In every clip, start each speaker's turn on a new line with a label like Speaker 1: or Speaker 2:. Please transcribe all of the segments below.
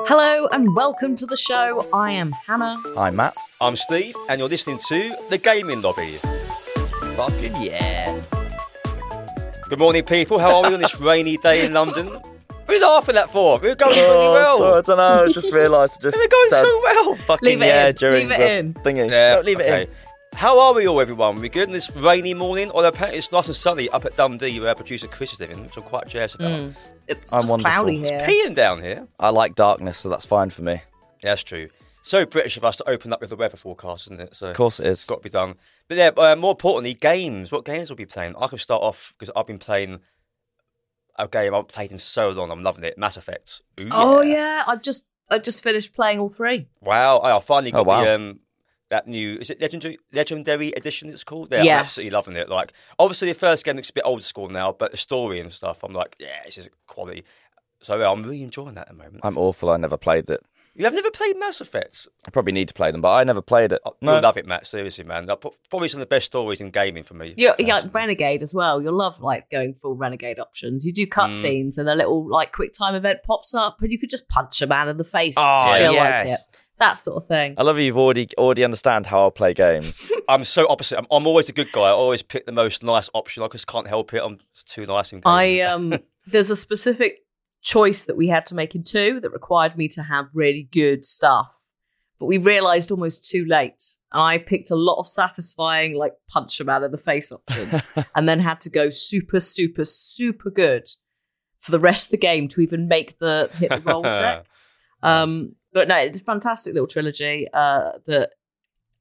Speaker 1: Hello and welcome to the show. I am Hannah.
Speaker 2: Hi, Matt.
Speaker 3: I'm Steve, and you're listening to The Gaming Lobby.
Speaker 2: Fucking yeah.
Speaker 3: Good morning, people. How are we on this rainy day in London? What are you laughing at for? We're going really
Speaker 2: Oh,
Speaker 3: well.
Speaker 2: sorry, I don't know. I just realised. I Just
Speaker 3: We're going
Speaker 2: said
Speaker 3: so well.
Speaker 2: Fucking
Speaker 1: Leave it
Speaker 2: yeah
Speaker 1: in,
Speaker 2: during
Speaker 1: leave it
Speaker 2: the
Speaker 1: in.
Speaker 2: thingy. No, leave it in.
Speaker 3: How are we all, everyone? We good on this rainy morning? Although apparently it's nice and sunny up at Dundee, where our producer Chris is living, which I'm quite jealous about.
Speaker 1: It's
Speaker 2: I'm
Speaker 1: just
Speaker 2: wonderful.
Speaker 1: cloudy
Speaker 2: It's
Speaker 1: here.
Speaker 3: Peeing down here.
Speaker 2: I like darkness, so that's fine for me. Of
Speaker 3: Yeah, that's true. So British of us to open up with the weather forecast, isn't it? So of
Speaker 2: course it is.
Speaker 3: it's got to be done. But yeah, uh, more importantly, games. What games will be playing? I can start off because I've been playing a game I've played in so long. I'm loving it. Mass Effect. Ooh,
Speaker 1: Oh yeah, I've just I just finished playing all three.
Speaker 3: Wow! I I finally got
Speaker 2: Oh, wow.
Speaker 3: the um that new is it legendary legendary edition? It's called. Yeah,
Speaker 1: Yes.
Speaker 3: I'm absolutely loving it. Like obviously the first game looks a bit old school now, but the story and stuff, I'm like, yeah, this is quality. So yeah, I'm really enjoying that at the moment.
Speaker 2: I'm awful. I never played it.
Speaker 3: You have never played Mass Effect?
Speaker 2: I probably need to play them, but I never played it.
Speaker 3: You'll love it, Matt. Seriously, man. They're pro- Probably some of the best stories in gaming for me.
Speaker 1: You're, you're
Speaker 3: personally.
Speaker 1: like renegade as well. You'll love like going full renegade options. You do cutscenes and a little like quick time event pops up, and you could just punch a man in the face. if
Speaker 3: Oh,
Speaker 1: you feel
Speaker 2: yes.
Speaker 1: like it. That sort of thing.
Speaker 2: I love you've already already understand how I'll play games.
Speaker 3: I'm so opposite. I'm, I'm always a good guy. I always pick the most nice option. I just can't help it. I'm too nice in
Speaker 1: I
Speaker 3: gaming.
Speaker 1: um there's a specific choice that we had to make in two that required me to have really good stuff. But we realized almost too late. And I picked a lot of satisfying like punch them out of the face options and then had to go super, super, super good for the rest of the game to even make the hit the roll check. Um, but no, it's a fantastic little trilogy. Uh, that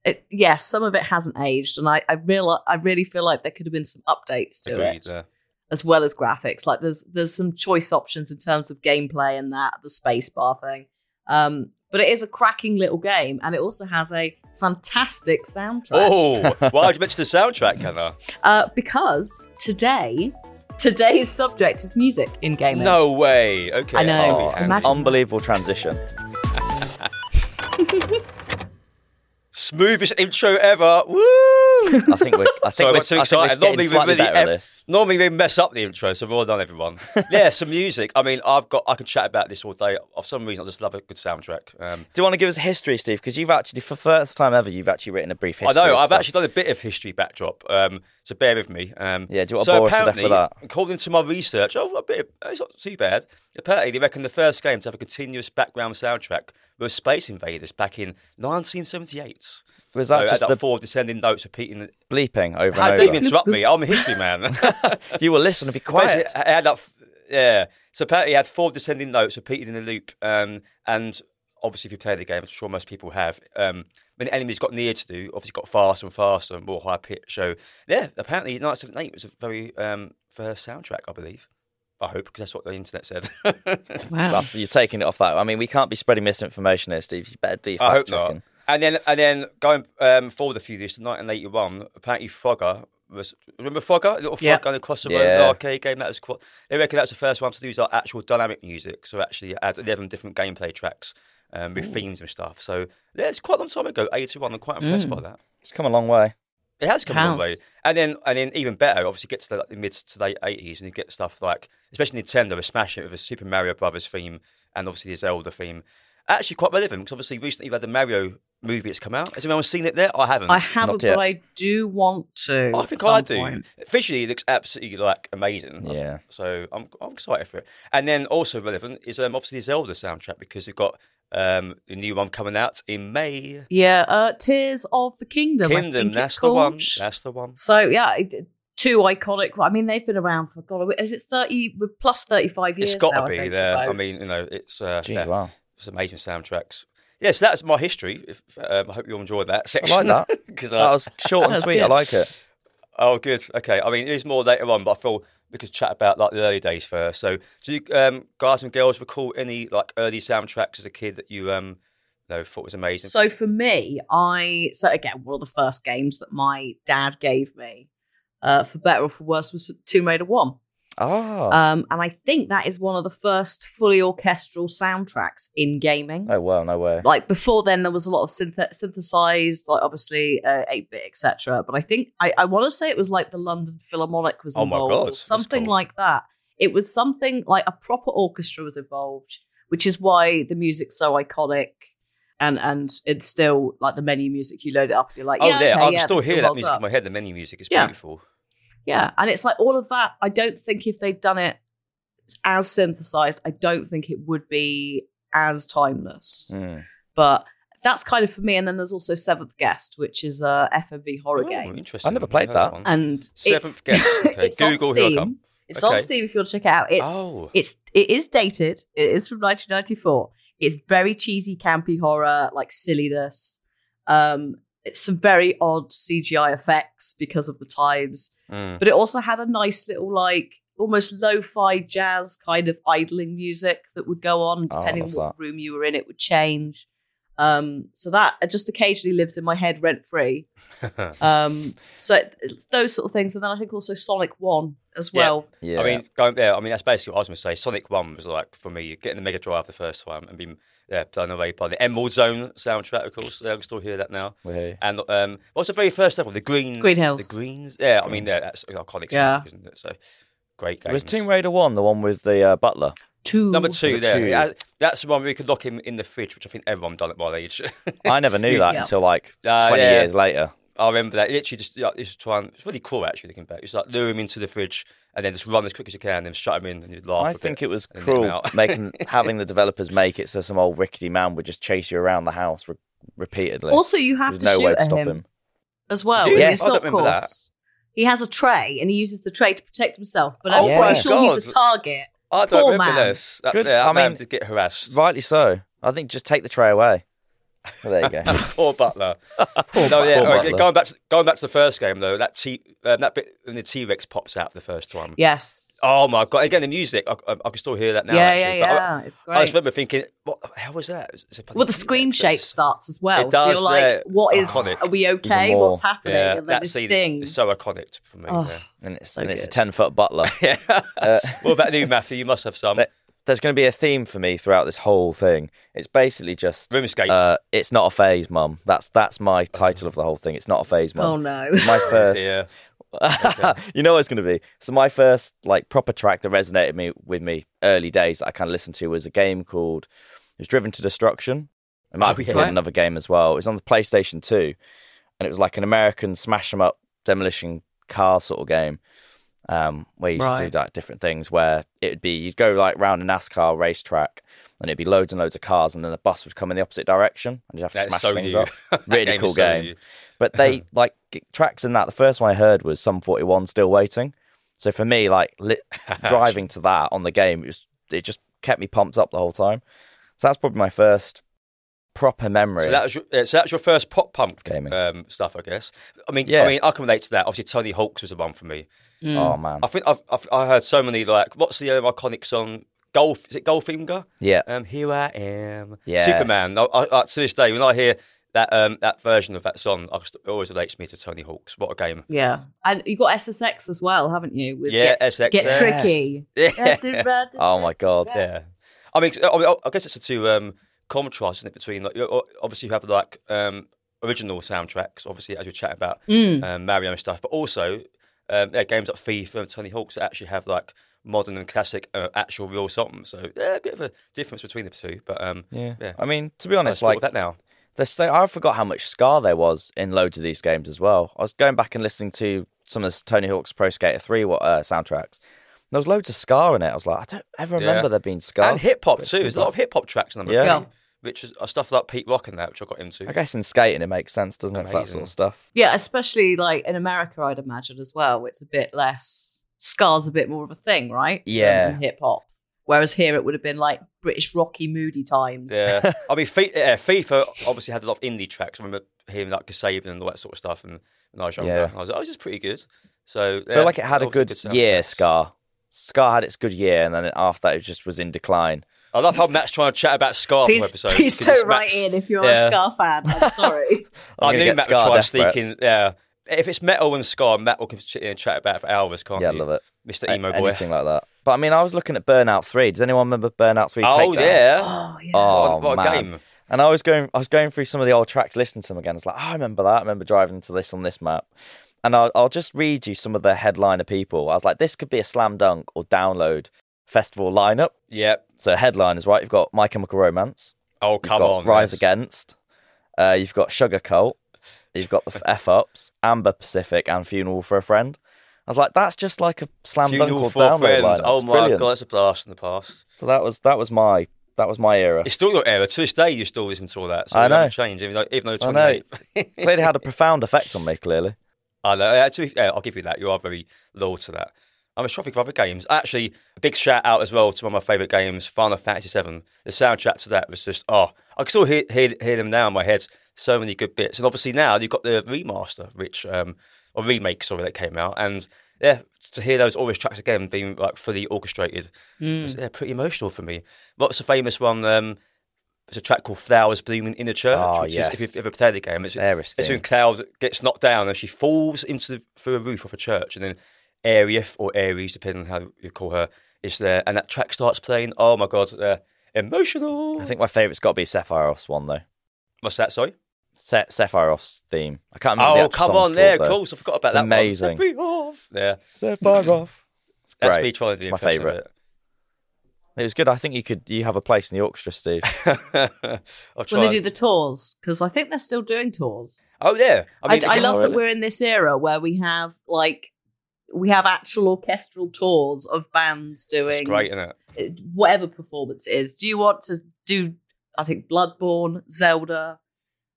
Speaker 1: it, yes, some of it hasn't aged, and I I real I really feel like there could have been some updates to
Speaker 3: Agreed,
Speaker 1: it
Speaker 3: yeah.
Speaker 1: as well as graphics. Like there's there's some choice options in terms of gameplay and that the space bar thing. Um, but it is a cracking little game, and it also has a fantastic soundtrack.
Speaker 3: Oh, why did you mention the soundtrack, Hannah?
Speaker 1: Uh, because today, today's subject is music in gaming.
Speaker 3: No way. Okay.
Speaker 1: I know.
Speaker 3: that's
Speaker 2: oh,
Speaker 3: gonna be
Speaker 2: it's an
Speaker 3: handy.
Speaker 1: Imagine-
Speaker 2: unbelievable transition.
Speaker 3: Smoothest intro ever. Woo!
Speaker 2: I think we're. I think
Speaker 3: Sorry, I
Speaker 2: we're.
Speaker 3: got
Speaker 2: I think
Speaker 3: too
Speaker 2: we're
Speaker 3: excited.
Speaker 2: getting
Speaker 3: Normally we,
Speaker 2: slightly
Speaker 3: really
Speaker 2: better at
Speaker 3: em-
Speaker 2: this.
Speaker 3: normally we mess up the intro, so well done, everyone. yeah, some music. I mean, I've got. I could chat about this all day. For some reason, I just love a good soundtrack. Um,
Speaker 2: Do you want to give us a history, Steve? Because you've actually, for first time ever, you've actually written a brief
Speaker 3: I
Speaker 2: history.
Speaker 3: know.
Speaker 2: of
Speaker 3: I've
Speaker 2: stuff.
Speaker 3: actually done a bit of history backdrop, um, so bear with me. Um,
Speaker 2: Yeah, do you want to
Speaker 3: so
Speaker 2: bore us to death with
Speaker 3: apparently, According to my research, oh, a bit. Of, it's not too bad. Apparently, they reckon the first game to have a continuous background soundtrack was Space Invaders back in 1978.
Speaker 2: Was that
Speaker 3: so it had
Speaker 2: just
Speaker 3: that
Speaker 2: the
Speaker 3: four descending notes repeating?
Speaker 2: bleeping over
Speaker 3: How
Speaker 2: and
Speaker 3: dare
Speaker 2: over?
Speaker 3: you interrupt me? I'm a history man.
Speaker 2: You will listen and be
Speaker 3: Basically,
Speaker 2: quiet.
Speaker 3: I had that. f- Yeah. So apparently, he had four descending notes repeated in a loop. Um, and obviously, if you play the game, I'm sure most people have. Um, when the enemies got near to do, obviously got faster and faster and more high pitch. So yeah, apparently, Knights of Nate was a very um, first soundtrack, I believe. I hope because that's what the internet said.
Speaker 1: wow.
Speaker 2: That's, you're taking it off that. I mean, we can't be spreading misinformation here, Steve. You better do.
Speaker 3: I hope
Speaker 2: fact-checking.
Speaker 3: not. And then and then going um, forward a few years to 1981, apparently Frogger was remember Frogger, little Frog
Speaker 1: Yeah.
Speaker 3: going across the road, Oh,
Speaker 2: Yeah.
Speaker 3: the arcade game. That was quite. They reckon that's the first one to use like actual dynamic music, so actually it had 11 different gameplay tracks um, with themes and stuff. So yeah, it's quite a long time ago, 81. I'm quite impressed by that.
Speaker 2: It's come a long way.
Speaker 3: It has come a long
Speaker 1: House.
Speaker 3: way. And then and then even better, obviously get to the, like, the mid to late 80s and you get stuff like, especially Nintendo, was smashing it with a Super Mario Brothers theme and obviously the Zelda theme. Actually quite relevant because obviously recently we had the Mario movie that's come out. Has anyone seen it there? I haven't.
Speaker 1: I haven't,
Speaker 2: Not yet.
Speaker 1: but I do want to.
Speaker 3: I
Speaker 1: at
Speaker 3: think
Speaker 1: some
Speaker 3: I do.
Speaker 1: point.
Speaker 3: Visually, it looks absolutely like amazing. I
Speaker 2: Yeah.
Speaker 3: think. So I'm I'm excited for it. And then also relevant is um, obviously the Zelda soundtrack because you've got um, the new one coming out in May.
Speaker 1: Yeah, uh, Tears of the Kingdom. I think
Speaker 3: Kingdom,
Speaker 1: it's
Speaker 3: that's the one.
Speaker 1: called.
Speaker 3: That's the one.
Speaker 1: So yeah, it- two iconic. I mean, they've been around for God. Is it thirty? We're plus thirty-five years.
Speaker 3: It's got
Speaker 1: now,
Speaker 3: to
Speaker 1: I
Speaker 3: be
Speaker 1: think,
Speaker 3: there. I
Speaker 1: both.
Speaker 3: mean, you know, it's uh,
Speaker 2: Jeez,
Speaker 3: yeah,
Speaker 2: wow.
Speaker 3: it's amazing soundtracks. Yeah, so that's my history. If, um, I hope you enjoyed that section.
Speaker 2: that.
Speaker 3: 'Cause,
Speaker 2: That
Speaker 3: uh,
Speaker 2: was short and
Speaker 1: That's
Speaker 2: sweet. I
Speaker 1: good.
Speaker 2: like it.
Speaker 3: Oh, good. Okay. I mean, there's more later on, but I feel we could chat about like the early days first. So, do you um, guys and girls recall any like early soundtracks as a kid that you um, you know, thought was amazing?
Speaker 1: So for me, I so again one of the first games that my dad gave me, uh, for better or for worse, was Tomb Raider One,
Speaker 2: Oh.
Speaker 1: um, and I think that is one of the first fully orchestral soundtracks in gaming.
Speaker 2: oh, well, no way.
Speaker 1: Like before then, there was a lot of synth- synthesized, like obviously uh, eight bit, etc. But I think I, I want to say it was like the London Philharmonic was
Speaker 3: Oh my
Speaker 1: involved,
Speaker 3: God,
Speaker 1: or
Speaker 3: that's
Speaker 1: something
Speaker 3: cool.
Speaker 1: like that. It was something like a proper orchestra was involved which is why the music's so iconic. And and it's still like the menu music. You load it up, and you're like,
Speaker 3: oh,
Speaker 1: yeah,
Speaker 3: there.
Speaker 1: okay,
Speaker 3: I can
Speaker 1: yeah,
Speaker 3: still
Speaker 1: this
Speaker 3: hear that
Speaker 1: holds
Speaker 3: music
Speaker 1: up.
Speaker 3: in my head. The menu music is
Speaker 1: Yeah.
Speaker 3: beautiful.
Speaker 1: Yeah, and it's like all of that. I don't think if they'd done it as synthesized, I don't think it would be as timeless.
Speaker 2: Mm.
Speaker 1: But that's kind of for me. And then there's also Seventh Guest, which is a FMV horror
Speaker 3: Oh,
Speaker 1: game,
Speaker 3: interesting.
Speaker 2: I never played that.
Speaker 3: one.
Speaker 1: and
Speaker 3: Seventh
Speaker 1: it's,
Speaker 3: Guest, okay.
Speaker 1: it's
Speaker 3: Google,
Speaker 1: on
Speaker 3: here I
Speaker 1: Steam.
Speaker 3: come.
Speaker 1: It's on
Speaker 3: Okay.
Speaker 1: Steam if you want to check it out. It's
Speaker 3: oh,
Speaker 1: it's it is dated. It is from 1994. It's very cheesy, campy horror, like silliness. Um, it's some very odd CGI effects because of the times,
Speaker 3: Mm.
Speaker 1: but it also had a nice little like almost lo-fi jazz kind of idling music that would go on
Speaker 2: Oh, I
Speaker 1: depending on
Speaker 2: love
Speaker 1: what room you were in. It would change. Um, so that it just occasionally lives in my head rent free. Um, so it- it's those sort of things, and then I think also Sonic One as
Speaker 3: Yeah.
Speaker 1: well.
Speaker 2: Yeah.
Speaker 3: I mean, going there. I mean, that's basically what I was going to say. Sonic One was like for me getting the Mega Drive the first time and being yeah, blown away by the Emerald Zone soundtrack. Of course, I can still hear that now.
Speaker 2: Woohoo.
Speaker 3: And um, what's the very first level? The green,
Speaker 1: Green Hills.
Speaker 3: The greens. Yeah, I mean, yeah, that's an iconic.
Speaker 1: Yeah.
Speaker 3: Yeah, isn't it? So great game.
Speaker 2: It was Tomb Raider one, the one with the uh, butler.
Speaker 1: Two
Speaker 3: Number
Speaker 2: Was
Speaker 3: two,
Speaker 2: it
Speaker 3: there.
Speaker 2: two?
Speaker 3: Yeah, That's the one where you could lock him in the fridge, which I think everyone done at my age.
Speaker 2: I never knew that
Speaker 1: Yeah.
Speaker 2: until like
Speaker 3: Ah,
Speaker 2: twenty
Speaker 3: yeah.
Speaker 2: years later.
Speaker 3: I remember that. Literally, just like, just try and it's really cool actually looking back. It's like lure him into the fridge and then just run as quick as you can, then shut him in, and you'd laugh.
Speaker 2: I
Speaker 3: a
Speaker 2: think
Speaker 3: bit.
Speaker 2: it was
Speaker 3: and let 'em
Speaker 2: cruel
Speaker 3: out.
Speaker 2: making having the developers make it so some old rickety man would just chase you around the house re- repeatedly.
Speaker 1: Also, you have
Speaker 2: There's
Speaker 1: to
Speaker 2: no
Speaker 1: shoot
Speaker 2: way
Speaker 1: at
Speaker 2: to stop
Speaker 1: him,
Speaker 2: him.
Speaker 1: as well.
Speaker 3: Do you?
Speaker 1: in the
Speaker 2: Yes. I don't
Speaker 1: assault
Speaker 3: remember that.
Speaker 1: course. He has a tray, and he uses the tray to protect himself. But I'm
Speaker 2: Oh my
Speaker 1: pretty sure he's a
Speaker 3: God.
Speaker 1: target.
Speaker 3: I don't
Speaker 1: Poor
Speaker 3: remember
Speaker 1: man.
Speaker 3: this. That,
Speaker 2: Good-
Speaker 3: yeah, that
Speaker 2: I
Speaker 3: man
Speaker 2: mean-
Speaker 3: did get harassed.
Speaker 2: Rightly so. I think just take the tray away. Well, there you go.
Speaker 3: Poor Butler. no, yeah,
Speaker 2: Poor
Speaker 3: all right,
Speaker 2: Butler.
Speaker 3: Going back, to, going back to the first game though, that T, um, that bit when the T Rex pops out for the first time.
Speaker 1: Yes.
Speaker 3: Oh my god! Again, the music. I, I, I can still hear that now.
Speaker 1: yeah,
Speaker 3: actually,
Speaker 1: yeah,
Speaker 3: but I-
Speaker 1: yeah. it's
Speaker 3: I, just
Speaker 1: great.
Speaker 3: remember thinking, what the hell was that? It's- it's a bloody
Speaker 1: Well, the
Speaker 3: T-Rex.
Speaker 1: screen shape
Speaker 3: That's-
Speaker 1: starts as well. so
Speaker 3: It does,
Speaker 1: you're like,
Speaker 3: yeah.
Speaker 1: what is?
Speaker 3: Iconic.
Speaker 1: Are we okay?
Speaker 2: Even more.
Speaker 1: What's happening?
Speaker 3: Yeah,
Speaker 1: and then
Speaker 3: that
Speaker 1: this
Speaker 3: scene
Speaker 1: thing.
Speaker 3: is so iconic for me.
Speaker 1: Oh.
Speaker 3: yeah.
Speaker 2: And it's
Speaker 1: So
Speaker 2: and it's a
Speaker 1: good.
Speaker 2: ten foot butler.
Speaker 3: Yeah.
Speaker 2: Uh,
Speaker 3: what about you, Matthew? You must have some.
Speaker 2: But- there's going to be a theme for me throughout this whole thing. It's basically just
Speaker 3: Roomscape.
Speaker 2: uh, it's not a phase, mum. That's that's my title of the whole thing. It's not a phase, mum.
Speaker 1: oh no.
Speaker 2: My
Speaker 3: Oh,
Speaker 2: first,
Speaker 3: dear.
Speaker 2: you know what it's going to be. So my first like proper track that resonated me with me early days that I kind of listened to was a game called it was Driven to Destruction. It might
Speaker 3: Oh,
Speaker 2: have
Speaker 3: yeah.
Speaker 2: been called another game as well. It was on the PlayStation Two, and it was like an American smash 'em up demolition car sort of game. Um, where you used to
Speaker 1: Right.
Speaker 2: do like different things where it would be you'd go like round a NASCAR racetrack and it'd be loads and loads of cars and then a bus would come in the opposite direction and you'd have to
Speaker 3: That's
Speaker 2: smash
Speaker 3: so
Speaker 2: things
Speaker 3: you.
Speaker 2: up.
Speaker 3: That
Speaker 2: Really
Speaker 3: is
Speaker 2: cool
Speaker 3: so
Speaker 2: game.
Speaker 3: you.
Speaker 2: But they like g- tracks in that. The first one I heard was Sum 41 Still Waiting. So for me, like lit, driving to that on the game, it, was, it just kept me pumped up the whole time. So that's probably my first proper memory.
Speaker 3: So that was your, uh, so that's your first pop punk
Speaker 2: Gaming.
Speaker 3: um, stuff, I guess. I mean,
Speaker 2: Yeah.
Speaker 3: I mean, I can relate to that. Obviously, Tony Hawk's was the one for me.
Speaker 2: oh man,
Speaker 3: I think I've, I've I heard so many like, what's the um, iconic song? Golf is it Goldfinger?
Speaker 2: yeah,
Speaker 3: Um, here I am,
Speaker 2: Yes.
Speaker 3: Superman. I, I, I, to this day, when I hear that um, that version of that song, I just- it always relates me to Tony Hawk's. What a game!
Speaker 1: Yeah, and you got SSX as well, haven't you? With
Speaker 3: yeah,
Speaker 1: Get,
Speaker 3: SX.
Speaker 1: Get
Speaker 2: Yes.
Speaker 1: tricky.
Speaker 3: Yeah.
Speaker 2: oh my god,
Speaker 3: Yeah, I mean, 'cause I, mean, I guess it's a two um, contrast, isn't it? Between like, you- obviously you have like um, original soundtracks, obviously as we are chatting about
Speaker 1: Mm.
Speaker 3: um, Mario and stuff, but also um, yeah, games like FIFA and Tony Hawk's that actually have like modern and classic uh, actual real songs. So yeah, a bit of a difference between the two, but um,
Speaker 2: yeah.
Speaker 3: Yeah.
Speaker 2: I mean, to be
Speaker 3: I
Speaker 2: honest,
Speaker 3: thought
Speaker 2: like
Speaker 3: of that now.
Speaker 2: There's so, I forgot how much scar there was in loads of these games as well. I was going back and listening to some of the Tony Hawk's Pro Skater 3 wa- uh, soundtracks. There was loads of scar in it. I was like, I don't ever
Speaker 3: Yeah.
Speaker 2: remember there being scar.
Speaker 3: And hip hop too. There's a lot of hip hop tracks number
Speaker 2: Yeah.
Speaker 3: yeah.
Speaker 1: Yeah.
Speaker 3: three, which is uh, stuff like Pete Rock and that, which I got into.
Speaker 2: I guess in skating it makes sense, doesn't it? For that
Speaker 3: Amazing.
Speaker 2: sort of stuff.
Speaker 1: Yeah, especially like in America, I'd imagine as well. It's a bit less scars, a bit more of a thing, right?
Speaker 2: Yeah.
Speaker 1: hip hop. Whereas here, it would have been like British rocky, moody times.
Speaker 3: Yeah, I mean, Fi- yeah, FIFA obviously had a lot of indie tracks. I remember hearing like Kasabian and all that sort of stuff, and when I was younger,
Speaker 2: Yeah.
Speaker 3: and I was like, "Oh, this is pretty good." So
Speaker 2: I feel like it had a good, year,
Speaker 3: Scar.
Speaker 2: Scar. Scar had its good year, and then after that, it just was in decline.
Speaker 3: I love how Matt's trying to chat about Scar
Speaker 1: Please,
Speaker 3: for episode.
Speaker 1: please
Speaker 3: 'cause it's
Speaker 1: don't write
Speaker 3: Matt's-
Speaker 1: in if you're
Speaker 3: Yeah.
Speaker 1: a Scar fan. I'm sorry.
Speaker 2: I'm
Speaker 3: I
Speaker 2: gonna
Speaker 3: knew
Speaker 2: get
Speaker 3: Matt would
Speaker 2: Scar
Speaker 3: try and
Speaker 2: death
Speaker 3: sneak
Speaker 2: threats.
Speaker 3: in. Yeah, if it's metal and Scar, Matt will sit there and chat about it for hours, can't
Speaker 2: Yeah, I
Speaker 3: he?
Speaker 2: love it.
Speaker 3: Mr.
Speaker 2: A-
Speaker 3: Emo boy.
Speaker 2: anything like that. But I mean, I was looking at Burnout 3. Does anyone remember Burnout 3?
Speaker 3: Oh
Speaker 2: Takedown?
Speaker 3: yeah.
Speaker 1: oh, yeah.
Speaker 2: Oh,
Speaker 3: What a- what a
Speaker 2: man.
Speaker 3: game.
Speaker 2: And I was going, I was going through some of the old tracks, listening to them again. I was like, oh, I remember that. I remember driving to this on this map. And I'll, I'll just read you some of the headliner people. I was like, this could be a slam dunk or download festival lineup.
Speaker 3: Yep.
Speaker 2: So headliners, right? You've got My Chemical Romance.
Speaker 3: Oh,
Speaker 2: You've
Speaker 3: come
Speaker 2: got
Speaker 3: on.
Speaker 2: Rise
Speaker 3: yes.
Speaker 2: Against. Uh, you've got Sugar Cult. You've got the F Ups, Amber Pacific, and Funeral for a Friend. I was like, that's just like a slam
Speaker 3: Funeral
Speaker 2: dunk
Speaker 3: for a
Speaker 2: or download
Speaker 3: Friend.
Speaker 2: lineup.
Speaker 3: Oh
Speaker 2: It's
Speaker 3: my
Speaker 2: brilliant.
Speaker 3: god, that's a blast from the past.
Speaker 2: So that was that was my that was my era.
Speaker 3: It's still your era. To this day, you still listen to all that. So
Speaker 2: I
Speaker 3: it
Speaker 2: know.
Speaker 3: hasn't changed, even though, even though
Speaker 2: I know.
Speaker 3: 28.
Speaker 2: Clearly had a profound effect on me. Clearly,
Speaker 3: I know. Uh, to be fair, I'll give you that. You are very loyal to that. I'm a traffic of other games. Actually, a big shout out as well to one of my favourite games, Final Fantasy VII. The soundtrack to that was just, oh, I can still hear, hear, hear them now in my head. So many good bits. And obviously now you've got the remaster, which, um, or remake, sorry, that came out. And yeah, to hear those always tracks again being like fully orchestrated, was, yeah, pretty emotional for me. What's the famous one? Um, it's a track called Flowers Blooming in the Church,
Speaker 2: Oh,
Speaker 3: which
Speaker 2: yes.
Speaker 3: is, if you've ever played the game, it's,
Speaker 2: There is
Speaker 3: it's
Speaker 2: theme.
Speaker 3: when Cloud gets knocked down and she falls into the, through a roof of a church, and then Arief or Aries, depending on how you call her, is there, and that track starts playing. Oh my god, uh, emotional.
Speaker 2: I think my favourite's got to be Sephiroth's one though.
Speaker 3: what's that? Sorry.
Speaker 2: Se- Sephiroth's theme. I can't remember. the
Speaker 3: Oh
Speaker 2: actual
Speaker 3: come
Speaker 2: song's
Speaker 3: on,
Speaker 2: called,
Speaker 3: there,
Speaker 2: though.
Speaker 3: of course, I forgot about
Speaker 2: It's
Speaker 3: that.
Speaker 2: amazing.
Speaker 3: One. Sephiroth. Yeah,
Speaker 2: Sephiroth. It's great.
Speaker 3: that's me trying to do
Speaker 2: It's my
Speaker 3: impression of
Speaker 2: favourite.
Speaker 3: it.
Speaker 2: It was good. I think you could you have a place in the orchestra, Steve.
Speaker 3: I've
Speaker 1: when they do
Speaker 3: tried.
Speaker 1: the tours because I think they're still doing tours.
Speaker 3: oh yeah, I
Speaker 1: I,
Speaker 3: mean,
Speaker 1: I
Speaker 3: again,
Speaker 1: love
Speaker 2: really?
Speaker 1: that we're in this era where we have like we have actual orchestral tours of bands
Speaker 3: It's
Speaker 1: doing
Speaker 3: great, isn't it?
Speaker 1: it- whatever performance it is. Do you want to do? I think Bloodborne, Zelda,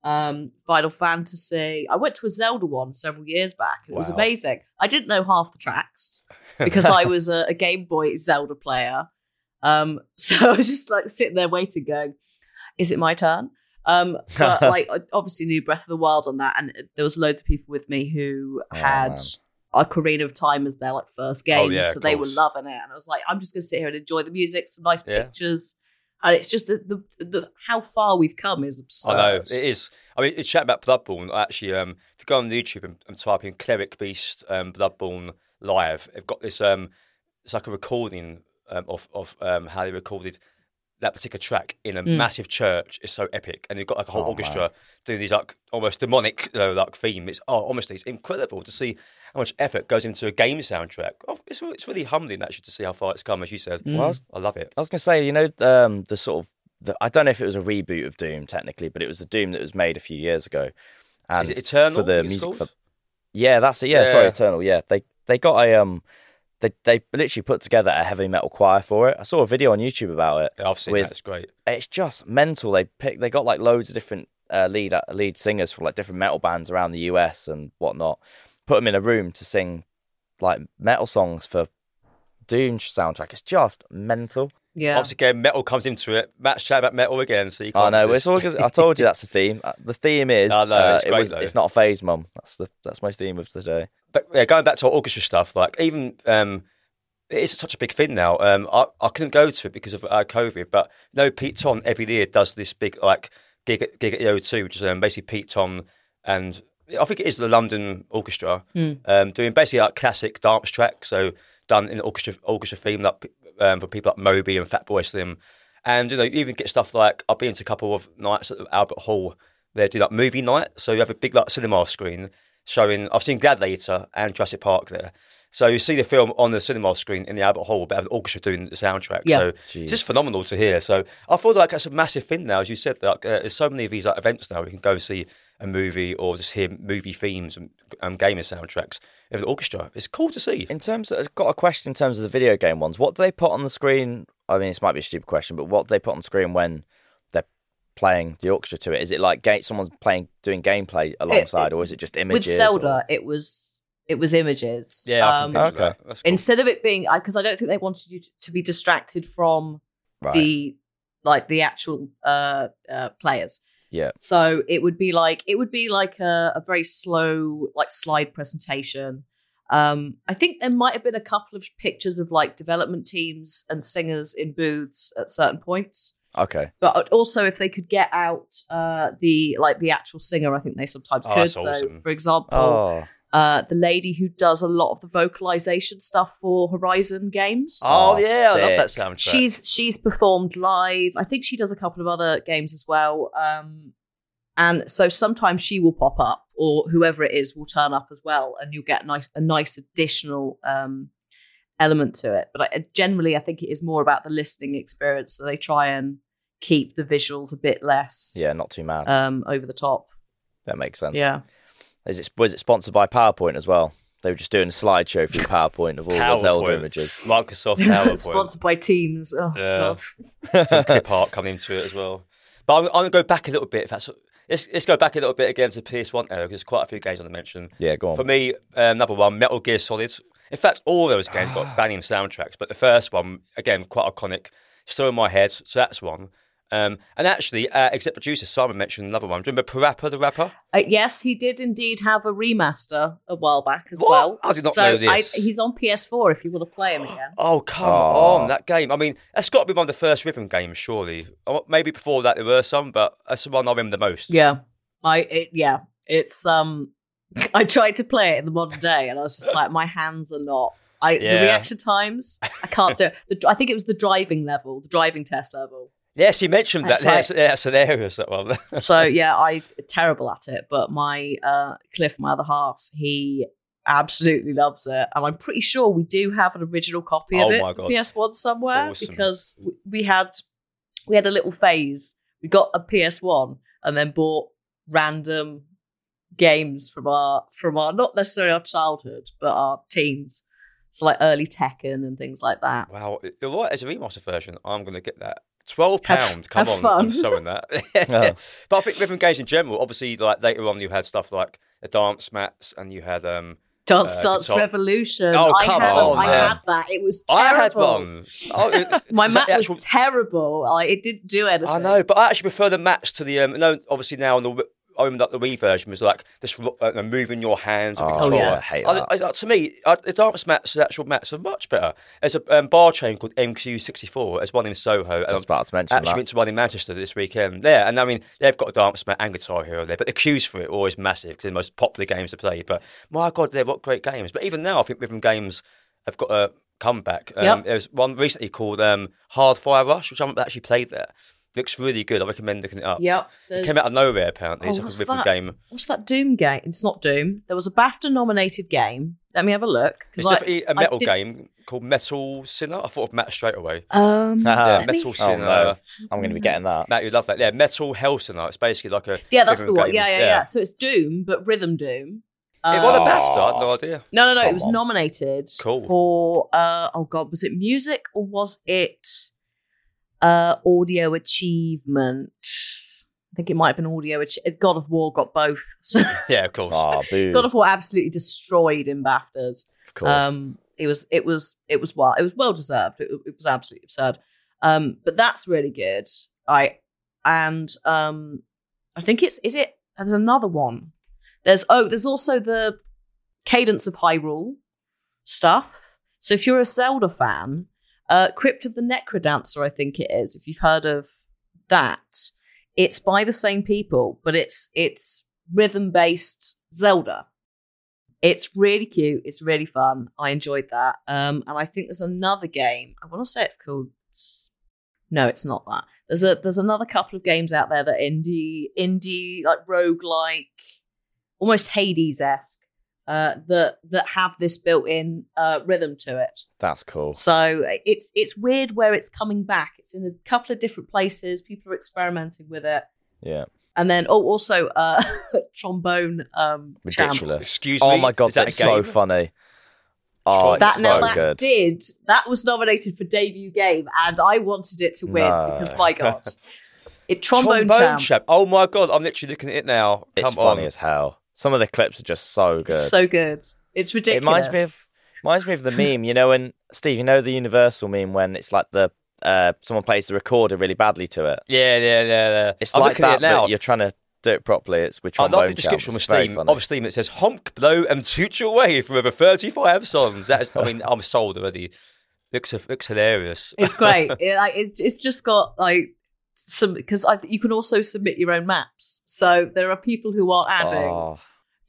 Speaker 1: um, Final Fantasy. I went to a Zelda one several years back. and It was
Speaker 2: Wow.
Speaker 1: amazing. I didn't know half the tracks because I was a, a Game Boy Zelda player. Um, so I was just like sitting there waiting, going, "Is it my turn?" Um, but like, I obviously knew Breath of the Wild on that, and there was loads of people with me who
Speaker 2: Oh,
Speaker 1: had
Speaker 2: man.
Speaker 1: Ocarina of Time as their like first game,
Speaker 3: Oh, yeah,
Speaker 1: so
Speaker 3: of
Speaker 1: they were
Speaker 3: course.
Speaker 1: loving it. And I was like, I'm just gonna sit here and enjoy the music, some nice
Speaker 3: Yeah.
Speaker 1: pictures, and it's just the, the the how far we've come is absurd.
Speaker 3: I know uh, it is. I mean, it's chat about Bloodborne. Actually, um, if you go on YouTube and, and type in "Cleric Beast um, Bloodborne Live," they've got this. Um, it's like a recording um, of of um, how they recorded that particular track in a
Speaker 1: Mm.
Speaker 3: massive church. It's so epic, and you've got like a whole
Speaker 2: Oh,
Speaker 3: orchestra doing these like almost demonic you know, like theme. It's oh, honestly, it's incredible to see how much effort goes into a game soundtrack. Oh, it's re- it's really humbling actually to see how far it's come, as you said.
Speaker 1: Mm.
Speaker 2: Well, I was-
Speaker 3: I love it.
Speaker 2: I was gonna say, you know, um, the sort of the, I don't know if it was a reboot of Doom technically, but it was the Doom that was made a few years ago. And
Speaker 3: Is it
Speaker 2: for
Speaker 3: Eternal? I
Speaker 2: the
Speaker 3: think it's
Speaker 2: music for
Speaker 3: called?
Speaker 2: Yeah, that's it. Yeah, sorry,
Speaker 3: Yeah.
Speaker 2: Eternal. Yeah, they they got a um, they they literally put together a heavy metal choir for it. I saw a video on YouTube about it.
Speaker 3: Yeah, I've seen
Speaker 2: with-
Speaker 3: that. It's great.
Speaker 2: It's just mental. They pick they got like loads of different uh, lead lead singers from like different metal bands around the US and whatnot. Put them in a room to sing like metal songs for Doom soundtrack. It's just mental.
Speaker 1: yeah.
Speaker 3: Obviously, again, metal comes into it. Matt's chat about metal again, so you
Speaker 2: I
Speaker 3: can't
Speaker 2: know. Oh, It's
Speaker 3: resist.
Speaker 2: all. 'cause- I told you that's the theme. Uh, The theme is.
Speaker 3: I know,
Speaker 2: uh,
Speaker 3: it's
Speaker 2: it
Speaker 3: great
Speaker 2: was,
Speaker 3: though.
Speaker 2: it's not a phase, mum. That's the that's my theme of the day.
Speaker 3: But yeah, going back to our orchestra stuff, like even um, it is such a big thing now. Um, I, I couldn't go to it because of uh, COVID, but no, Pete Ton every year does this big like gig at, gig at EO2, which is um, basically Pete Ton and I think it is the London Orchestra um, doing basically like classic dance tracks, so done in orchestra orchestra theme, like um, for people like Moby and Fatboy Slim, and you know you even get stuff like I've been to a couple of nights at Albert Hall. They do like movie night, so you have a big like cinema screen showing. I've seen Gladiator and Jurassic Park there. So you see the film on the cinema screen in the Albert Hall, but have an orchestra doing the soundtrack.
Speaker 1: Yeah.
Speaker 3: So it's just phenomenal to hear. So I feel like that's a massive thing now, as you said. Like uh, there's so many of these like events now we can go and see a movie or just hear movie themes and um, gaming soundtracks with an orchestra. It's cool to see.
Speaker 2: In terms, of, I've got a question in terms of the video game ones. What do they put on the screen? I mean, this might be a stupid question, but what do they put on screen when they're playing the orchestra to it? Is it like ga- someone's playing doing gameplay alongside, or is it just
Speaker 1: Uh, With
Speaker 2: images?
Speaker 1: Zelda,
Speaker 2: or-
Speaker 1: it was it was images.
Speaker 3: Yeah, I
Speaker 1: Um,
Speaker 3: can picture
Speaker 2: Okay.
Speaker 3: that. That's cool.
Speaker 1: instead of it being because I don't think they wanted you to, to be distracted from
Speaker 2: right?
Speaker 1: the like the actual uh, uh players.
Speaker 2: Yeah.
Speaker 1: So it would be like it would be like a, a very slow like slide presentation. Um, I think there might have been a couple of pictures of like development teams and singers in booths at certain points.
Speaker 2: Okay,
Speaker 1: But also, if they could get out uh, the like the actual singer, I think they sometimes
Speaker 3: Oh,
Speaker 1: could.
Speaker 3: that's
Speaker 1: So,
Speaker 3: awesome.
Speaker 1: for example,
Speaker 2: oh,
Speaker 1: uh, the lady who does a lot of the vocalization stuff for Horizon games.
Speaker 3: oh
Speaker 2: Oh,
Speaker 3: yeah, I love that
Speaker 2: sick.
Speaker 3: soundtrack.
Speaker 1: She's she's performed live. I think she does a couple of other games as well. Um, and so sometimes she will pop up, or whoever it is will turn up as well, and you'll get nice a nice additional um, element to it. But I, generally, I think it is more about the listening experience. So they try and keep the visuals a bit less
Speaker 2: Yeah, not too mad.
Speaker 1: um, over the top.
Speaker 2: that makes sense.
Speaker 1: Yeah.
Speaker 2: Is it was it sponsored by PowerPoint as well? They were just doing a slideshow through PowerPoint of all the Zelda
Speaker 3: PowerPoint.
Speaker 2: images.
Speaker 3: Microsoft PowerPoint.
Speaker 1: Sponsored by Teams. Oh,
Speaker 3: Yeah.
Speaker 1: God.
Speaker 3: Some clip art coming into it as well. But I'm, I'm going to go back a little bit. If that's, let's, let's go back a little bit again to PS1 era because there's quite a few games I want to mention.
Speaker 2: Yeah, go on.
Speaker 3: For me, uh, number one, Metal Gear Solid. In fact, all those games got banging soundtracks, but the first one, again, quite iconic, still in my head, so that's one. Um, and actually, uh, except producer Simon mentioned another one. Do you remember Parappa the Rapper?
Speaker 1: Uh, yes, he did indeed have a remaster a while back as
Speaker 3: What?
Speaker 1: well.
Speaker 3: I did not
Speaker 1: so
Speaker 3: know this.
Speaker 1: he's on PS4 if you want to play him again.
Speaker 3: Oh, come
Speaker 2: Aw.
Speaker 3: on, that game. I mean, that's got to be one of the first rhythm games, surely. Oh, Maybe before that there were some, but that's the one I remember the most.
Speaker 1: Yeah, I it, yeah, it's um, I tried to play it in the modern day, and I was just like, my hands are not. I the
Speaker 3: Yeah.
Speaker 1: reaction times, I can't do. It. The, I think it was the driving level, the driving test level.
Speaker 3: Yes, you mentioned that.
Speaker 1: That's like-
Speaker 3: That's, that's hilarious, that one.
Speaker 1: So yeah, I terrible at it, but my uh Cliff, my other half, he absolutely loves it, and I'm pretty sure we do have an original copy of
Speaker 3: Oh
Speaker 1: it
Speaker 3: my
Speaker 1: for
Speaker 3: God.
Speaker 1: PS1 somewhere
Speaker 3: Awesome.
Speaker 1: because w- we had we had a little phase. We got a PS1 and then bought random games from our from our not necessarily our childhood but our teens. So like early Tekken and things like that.
Speaker 3: wow, you're right. There's a remaster version. I'm going to get that. Twelve
Speaker 1: Have-
Speaker 3: pounds. Come
Speaker 1: have
Speaker 3: on,
Speaker 1: fun.
Speaker 3: I'm selling that. But I think rhythm games in general. Obviously, like later on, you had stuff like the dance mats, and you had um.
Speaker 1: Dance
Speaker 3: Uh,
Speaker 1: Dance
Speaker 3: guitar-
Speaker 1: Revolution.
Speaker 3: Oh,
Speaker 1: I
Speaker 3: come
Speaker 1: had
Speaker 2: on,
Speaker 1: I
Speaker 2: man.
Speaker 1: had that. It was
Speaker 3: I had
Speaker 1: terrible.
Speaker 3: one. Oh, it-
Speaker 1: My
Speaker 3: is
Speaker 1: mat
Speaker 3: that the
Speaker 1: was
Speaker 3: actual-
Speaker 1: terrible. Like it didn't do anything.
Speaker 3: I know, but I actually prefer the match to the um. No, obviously now on the. Wii- I remember like the Wii version was like just ro- uh, moving your hands. And
Speaker 2: Oh,
Speaker 3: controller.
Speaker 1: yeah, I
Speaker 2: hate
Speaker 3: I, I, to me, I, the dance mats, the actual mats, are much better. There's a um, bar chain called MQ64. There's one in Soho. and
Speaker 2: I was about to mention
Speaker 3: actually
Speaker 2: that.
Speaker 3: went to one in Manchester this weekend. There, and I mean, they've got a dance mat and guitar hero there, but the queues for it are always massive because the most popular games to play. But my God, they're what great games. But even now, I think rhythm games have got a comeback. Um,
Speaker 1: Yep.
Speaker 3: There's one recently called um, Hardfire Rush, which I haven't actually played there. Looks really good. I recommend looking it up.
Speaker 1: Yep.
Speaker 3: It
Speaker 1: there's-
Speaker 3: came out of nowhere, apparently.
Speaker 1: Oh,
Speaker 3: it's like a
Speaker 1: what's
Speaker 3: rhythm
Speaker 1: that?
Speaker 3: game.
Speaker 1: What's that Doom game? It's not Doom. There was a BAFTA nominated game. Let me have a look. 'cause
Speaker 3: It's E-
Speaker 1: I-
Speaker 3: definitely a
Speaker 1: I
Speaker 3: metal
Speaker 1: did-
Speaker 3: game called Metal Sinner. I thought of Matt straight away.
Speaker 1: Um,
Speaker 2: Haha.
Speaker 3: Ah, yeah,
Speaker 1: me-
Speaker 3: Metal
Speaker 2: Oh
Speaker 3: Sinner.
Speaker 2: no, I'm going to be getting that.
Speaker 3: Matt, you love Mm. that. Yeah, Metal Hell Sinner. It's basically like a
Speaker 1: yeah, that's the
Speaker 3: rhythm
Speaker 1: one.
Speaker 3: game.
Speaker 1: Yeah, yeah, yeah, So it's Doom, but Rhythm Doom.
Speaker 3: It
Speaker 1: Uh,
Speaker 3: won a
Speaker 2: Oh.
Speaker 3: BAFTA. I had no idea.
Speaker 1: no, no, no. It
Speaker 2: Come
Speaker 1: was
Speaker 2: on.
Speaker 1: nominated
Speaker 3: Cool.
Speaker 1: for. Uh, oh God, was it music or was it uh, audio achievement? I think it might have been audio. Ach- God of War got both. So
Speaker 3: Yeah, of course.
Speaker 2: Ah, boo.
Speaker 1: God of War absolutely destroyed in BAFTAs.
Speaker 2: of course.
Speaker 1: Um, it was it was it was well it was well deserved. It, it was absolutely absurd. Um, but that's really good. I and um, I think it's is it there's another one. There's oh there's also the Cadence of Hyrule stuff. So if you're a Zelda fan, uh, Crypt of the Necrodancer, I think it is. If you've heard of that, it's by the same people, but it's it's rhythm based Zelda. It's really cute. It's really fun. I enjoyed that. Um, and I think there's another game. I want to say it's called. S- No, it's not that. There's a there's another couple of games out there that are indie indie like roguelike, almost Hades esque. Uh, that that have this built-in uh, rhythm to it.
Speaker 2: That's cool.
Speaker 1: So it's it's weird where it's coming back. It's in a couple of different places. People are experimenting with it,
Speaker 2: Yeah,
Speaker 1: and then oh, also uh, trombone um, champ.
Speaker 2: ridiculous.
Speaker 3: Excuse me.
Speaker 2: Oh my god,
Speaker 3: is that
Speaker 2: that's
Speaker 3: a game?
Speaker 2: so funny. Oh,
Speaker 3: That-
Speaker 2: it's
Speaker 1: That
Speaker 2: so
Speaker 1: now that
Speaker 2: good.
Speaker 1: did that was nominated for debut game, and I wanted it to win
Speaker 2: No.
Speaker 1: because my god, it trombone, champ,
Speaker 3: Oh my god, I'm literally looking at it now.
Speaker 2: It's
Speaker 3: Come
Speaker 2: funny
Speaker 3: on.
Speaker 2: as hell. Some of the clips are just so good.
Speaker 1: It's so good. It's ridiculous.
Speaker 2: It reminds me of reminds me of the meme, you know, when Steve, you know the Universal meme when it's like the uh, someone plays the recorder really badly to it.
Speaker 3: Yeah, yeah, yeah, yeah.
Speaker 2: It's
Speaker 3: I'm
Speaker 2: like
Speaker 3: looking at
Speaker 2: that,
Speaker 3: it now.
Speaker 2: but you're trying to do it properly. It's with
Speaker 3: I
Speaker 2: trombone
Speaker 3: love the description
Speaker 2: champs.
Speaker 3: with
Speaker 2: It's very
Speaker 3: Steam.
Speaker 2: funny.
Speaker 3: Of Steam, it says honk, blow, and toot your way from over 35 songs. That is, I mean, I'm sold already. Looks looks hilarious.
Speaker 1: it's great. It, like, it, it's just got like some because you can also submit your own maps. So there are people who are adding
Speaker 2: Oh.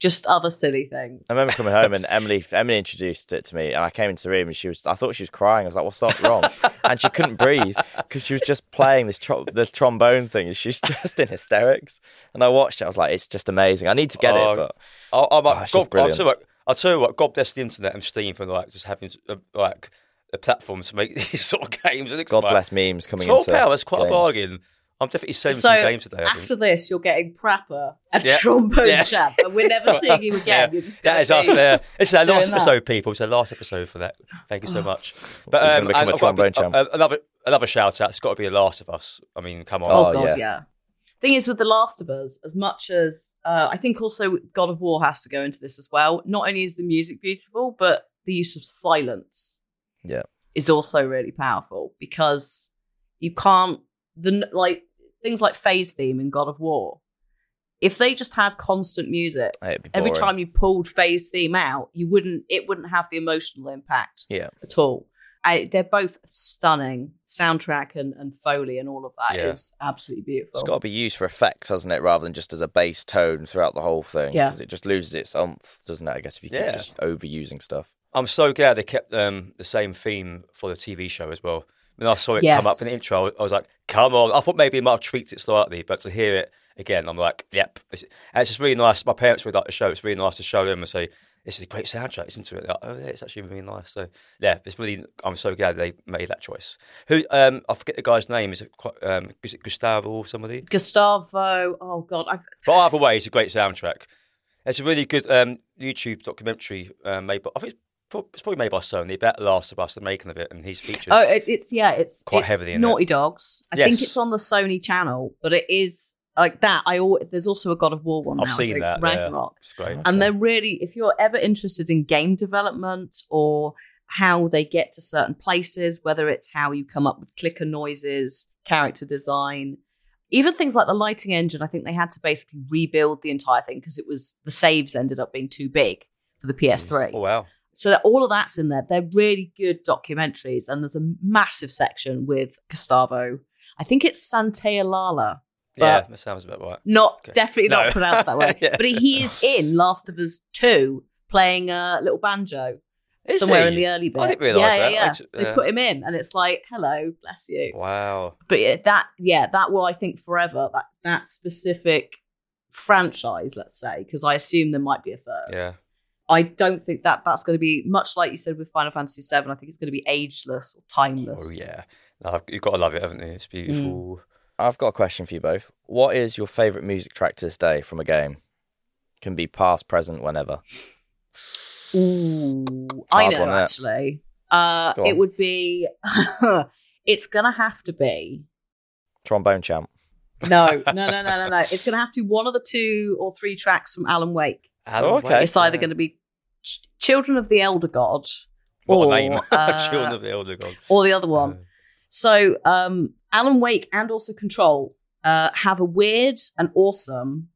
Speaker 1: just other silly things.
Speaker 2: I remember coming home and Emily Emily introduced it to me, and I came into the room and she was I thought she was crying. I was like, "What's up wrong?" and she couldn't breathe because she was just playing this tro- the trombone thing, and she's just in hysterics. And I watched it. I was like, "It's just amazing. I need to get
Speaker 3: Oh,
Speaker 2: it." But
Speaker 3: I, I'm
Speaker 2: Oh,
Speaker 3: like,
Speaker 2: she's
Speaker 3: God, I'll,
Speaker 2: brilliant.
Speaker 3: tell you what, I'll tell you what, God bless the internet and Steam for like just having uh, like a platform to make these sort of games. It looks
Speaker 2: God
Speaker 3: like.
Speaker 2: bless memes coming in.
Speaker 3: Twelve
Speaker 2: into
Speaker 3: pounds, quite
Speaker 2: games.
Speaker 3: a bargain. I'm definitely saving
Speaker 1: So
Speaker 3: some games today. I think.
Speaker 1: After this, you're getting Prapper and
Speaker 3: Yeah.
Speaker 1: Trombone
Speaker 3: Yeah.
Speaker 1: Chap, and we're never seeing you again.
Speaker 3: Yeah.
Speaker 1: You're just
Speaker 3: That
Speaker 1: gonna
Speaker 3: is us
Speaker 1: be-
Speaker 3: there. This is our
Speaker 1: Doing
Speaker 3: last
Speaker 1: that. Oh.
Speaker 3: episode, people. It's our last episode for that. Thank you so much. But
Speaker 2: He's gonna
Speaker 3: um,
Speaker 2: become
Speaker 3: and
Speaker 2: a
Speaker 3: I've got
Speaker 2: trombone champ.
Speaker 3: uh, another another shout out. It's got to be The Last of Us. I mean, come on.
Speaker 1: Oh,
Speaker 2: Oh,
Speaker 1: god,
Speaker 2: yeah.
Speaker 1: yeah. Thing is, with The Last of Us, as much as uh, I think also God of War has to go into this as well. Not only is the music beautiful, but the use of silence,
Speaker 2: Yeah.
Speaker 1: is also really powerful because you can't the like things like phase theme in God of War. If they just had constant music
Speaker 2: It'd be
Speaker 1: every
Speaker 2: boring.
Speaker 1: time you pulled phase theme out, you wouldn't it wouldn't have the emotional impact
Speaker 2: Yeah.
Speaker 1: at all. I, they're both stunning soundtrack and, and foley and all of that is
Speaker 3: Yeah.
Speaker 1: absolutely beautiful.
Speaker 2: It's got to be used for effects, hasn't it, rather than just as a bass tone throughout the whole thing?
Speaker 1: Yeah.
Speaker 2: Because it just loses its umph, doesn't it? I guess if you keep
Speaker 3: Yeah.
Speaker 2: just overusing stuff.
Speaker 3: I'm so glad they kept um, the same theme for the TV show as well. When I saw it come up in the
Speaker 1: Yes.
Speaker 3: intro, I was like, come on. I thought maybe it might have tweaked it slightly, but to hear it again, I'm like, yep. It's, and it's just really nice. My parents really like the show. It's really nice to show them and say, this is a great soundtrack. Listen to it. They're Like, oh, yeah, it's actually really nice. So, yeah, it's really, I'm so glad they made that choice. Who, um, I forget the guy's name. Is it, quite, um, is it Gustavo or somebody?
Speaker 1: Gustavo, oh god, I've
Speaker 3: But either way, it's a great soundtrack. It's a really good um, YouTube documentary uh, made by, I think it's prob- it's probably made by Sony, but Last of Us, the making of it, and he's featured.
Speaker 1: oh it, it's yeah, it's
Speaker 3: Quite
Speaker 1: it's
Speaker 3: heavily in
Speaker 1: Naughty Dogs. I think
Speaker 3: Yes.
Speaker 1: it's on the Sony channel, but it is like that. I al- there's also a God of War one.
Speaker 3: I've
Speaker 1: now, I
Speaker 3: seen
Speaker 1: think,
Speaker 3: that, yeah.
Speaker 1: Ragnarok.
Speaker 3: It's great.
Speaker 2: Okay.
Speaker 1: And they're really, if you're ever interested in game development or how they get to certain places, whether it's how you come up with clicker noises, character design, even things like the lighting engine, I think they had to basically rebuild the entire thing because it was the saves ended up being too big for the PS3.
Speaker 3: Oh, wow.
Speaker 1: So that all of that's in there. They're really good documentaries, and there's a massive section with Gustavo. I think it's Santealala
Speaker 3: yeah,
Speaker 1: But-
Speaker 3: that sounds about right.
Speaker 1: not
Speaker 3: Okay.
Speaker 1: definitely
Speaker 3: No.
Speaker 1: not pronounced that way.
Speaker 3: Yeah.
Speaker 1: But he is in Last of Us Two playing a little banjo
Speaker 3: Is
Speaker 1: somewhere in
Speaker 3: he?
Speaker 1: the early bit.
Speaker 3: I didn't realise
Speaker 1: yeah,
Speaker 3: that. I
Speaker 1: Yeah, yeah.
Speaker 3: ju-
Speaker 1: they
Speaker 3: yeah.
Speaker 1: put him in, and it's like, "Hello, bless you."
Speaker 3: Wow.
Speaker 1: But yeah, that, yeah, that will I think forever that that specific franchise, let's say, because I assume there might be a third.
Speaker 3: Yeah.
Speaker 1: I don't think that that's going to be much like you said with Final Fantasy VII. I think it's going to be ageless or timeless.
Speaker 3: Oh, yeah. No, you've got to love it, haven't you? It's beautiful.
Speaker 2: I've got a question for you both. What is your favourite music track to this day from a game? Can be past, present, whenever.
Speaker 1: Ooh, I
Speaker 2: Hard
Speaker 1: know
Speaker 2: one, innit?
Speaker 1: actually. Uh,
Speaker 2: Go on.
Speaker 1: it would be. it's gonna have to be.
Speaker 2: Trombone Champ.
Speaker 1: No, no, no, no, no, no. It's gonna have to be one of the two or three tracks from Alan Wake.
Speaker 3: Alan
Speaker 2: Oh,
Speaker 3: Wake,
Speaker 2: okay.
Speaker 1: Mm. It's either
Speaker 3: yeah.
Speaker 1: going to be Ch- Children of the Elder God,
Speaker 3: What
Speaker 1: or,
Speaker 3: a name.
Speaker 1: uh,
Speaker 3: Children of the Elder God.
Speaker 1: or the other one.
Speaker 2: Uh.
Speaker 1: So, um, Alan Wake and also Control uh, have a weird and awesome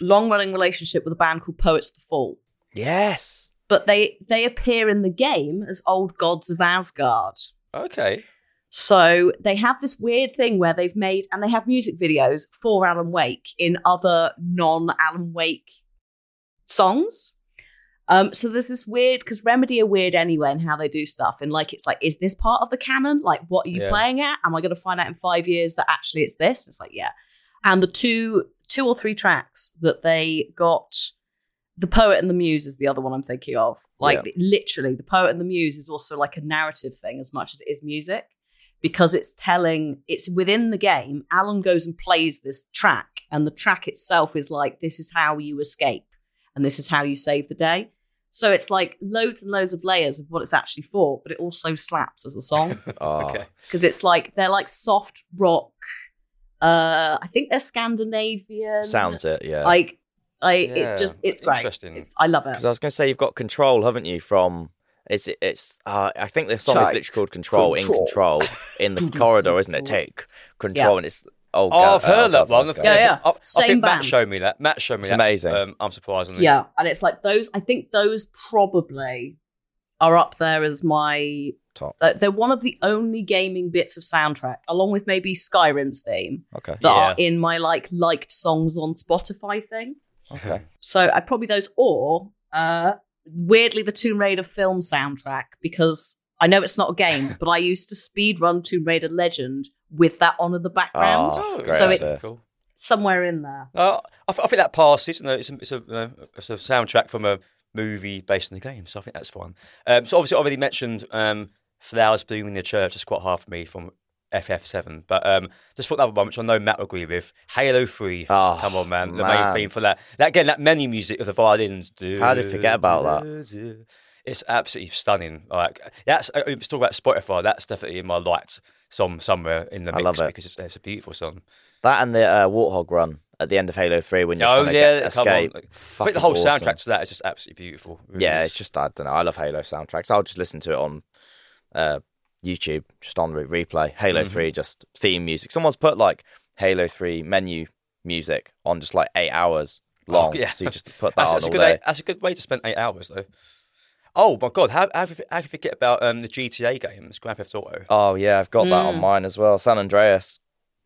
Speaker 1: long-running relationship with a band called Poets of the Fall.
Speaker 2: Yes.
Speaker 1: But they they appear in the game as old gods of Asgard.
Speaker 3: Okay.
Speaker 1: So they have this weird thing where they've made and they have music videos for Alan Wake in other non Alan Wake songs. Um, so there's this weird because Remedy are weird anyway in how they do stuff. And like it's like, is this part of the canon? Like, what are you
Speaker 3: Yeah.
Speaker 1: playing at? Am I going to find out in five years that actually it's this? It's like, yeah. And the two, two or three tracks that they got, the poet and the muse is the other one I'm thinking of. Like literally, the poet and the muse is also like a narrative thing as much as it is music because it's telling it's within the game alan goes and plays this track and the track itself is like this is how you escape and this is how you save the day so it's like loads and loads of layers of what it's actually for but it also slaps as a song
Speaker 2: Ah.
Speaker 3: Okay.
Speaker 1: because it's like they're like soft rock uh i think they're scandinavian
Speaker 2: Sounds it, yeah.
Speaker 1: like i uh, it's
Speaker 3: Yeah,
Speaker 1: just it's great
Speaker 3: interesting.
Speaker 1: it's, i love it
Speaker 2: Because I was going to say you've got control, haven't you? From it's it's uh, I think the song is
Speaker 1: Take
Speaker 2: literally called Control, in
Speaker 1: control.
Speaker 2: Control in the corridor, isn't it? Take control, and it's oh,
Speaker 3: Oh,
Speaker 2: Ga-
Speaker 3: I've heard
Speaker 2: uh,
Speaker 3: that
Speaker 2: Gaz-
Speaker 3: one.
Speaker 2: Gaz-
Speaker 3: I-
Speaker 1: Yeah, yeah.
Speaker 3: I, I
Speaker 1: Same
Speaker 3: think Matt
Speaker 1: band.
Speaker 3: showed me that. Matt showed me
Speaker 2: It's
Speaker 3: that.
Speaker 2: amazing.
Speaker 3: Um, I'm surprisingly.
Speaker 1: Yeah, and it's like those. I think those probably are up there as my
Speaker 2: Top.
Speaker 1: Uh, they're one of the only gaming bits of soundtrack, along with maybe Skyrim's theme,
Speaker 2: Okay,
Speaker 1: that
Speaker 3: Yeah.
Speaker 1: are in my like liked songs on Spotify thing.
Speaker 2: okay.
Speaker 1: So I probably those or uh weirdly the Tomb Raider film soundtrack because I know it's not a game, but I used to speed run Tomb Raider Legend with that on in the background.
Speaker 2: Oh,
Speaker 3: Oh,
Speaker 2: great
Speaker 1: so
Speaker 2: idea.
Speaker 1: it's-
Speaker 3: cool.
Speaker 1: Somewhere in there.
Speaker 3: Uh, I, th- I think that passes. You know, it's a, it's, a, uh, it's a soundtrack from a movie based on the game, so I think that's fine. Um, so obviously, I already mentioned um, Flowers blooming in the church is quite hard for me from FF7. But um, just for another one, which I know Matt will agree with Halo 3.
Speaker 2: Oh,
Speaker 3: Come on, man. The
Speaker 2: man.
Speaker 3: main theme for that. that. Again, that menu music of the violins.
Speaker 2: How did I forget about
Speaker 3: that? It's absolutely stunning. Like that's uh, it's talk about Spotify. That's definitely in my lights some somewhere in the
Speaker 2: I
Speaker 3: mix
Speaker 2: love it.
Speaker 3: because it's, it's a beautiful song.
Speaker 2: That and the uh, Warthog run at the end of Halo 3 when you're
Speaker 3: Oh,
Speaker 2: trying to
Speaker 3: yeah,
Speaker 2: get,
Speaker 3: come on.
Speaker 2: escape.
Speaker 3: Like, I
Speaker 2: Fucking
Speaker 3: think the whole
Speaker 2: awesome.
Speaker 3: soundtrack to that is just absolutely beautiful. It
Speaker 2: Yeah,
Speaker 3: really
Speaker 2: it's
Speaker 3: is.
Speaker 2: just, I don't know. I love Halo soundtracks. I'll just listen to it on uh, YouTube, just on re- replay. Halo
Speaker 3: Mm-hmm.
Speaker 2: 3, just theme music. Someone's put like Halo 3 menu music on just like eight hours long.
Speaker 3: Oh, yeah.
Speaker 2: So you just put that
Speaker 3: that's,
Speaker 2: on
Speaker 3: that's
Speaker 2: all
Speaker 3: a good
Speaker 2: day.
Speaker 3: eight, that's a good way to spend eight hours though. Oh my god, how how, how can you forget about um, the GTA games, Grand Theft Auto?
Speaker 2: Oh, yeah, I've got that on
Speaker 1: Mm.
Speaker 2: mine as well. San Andreas.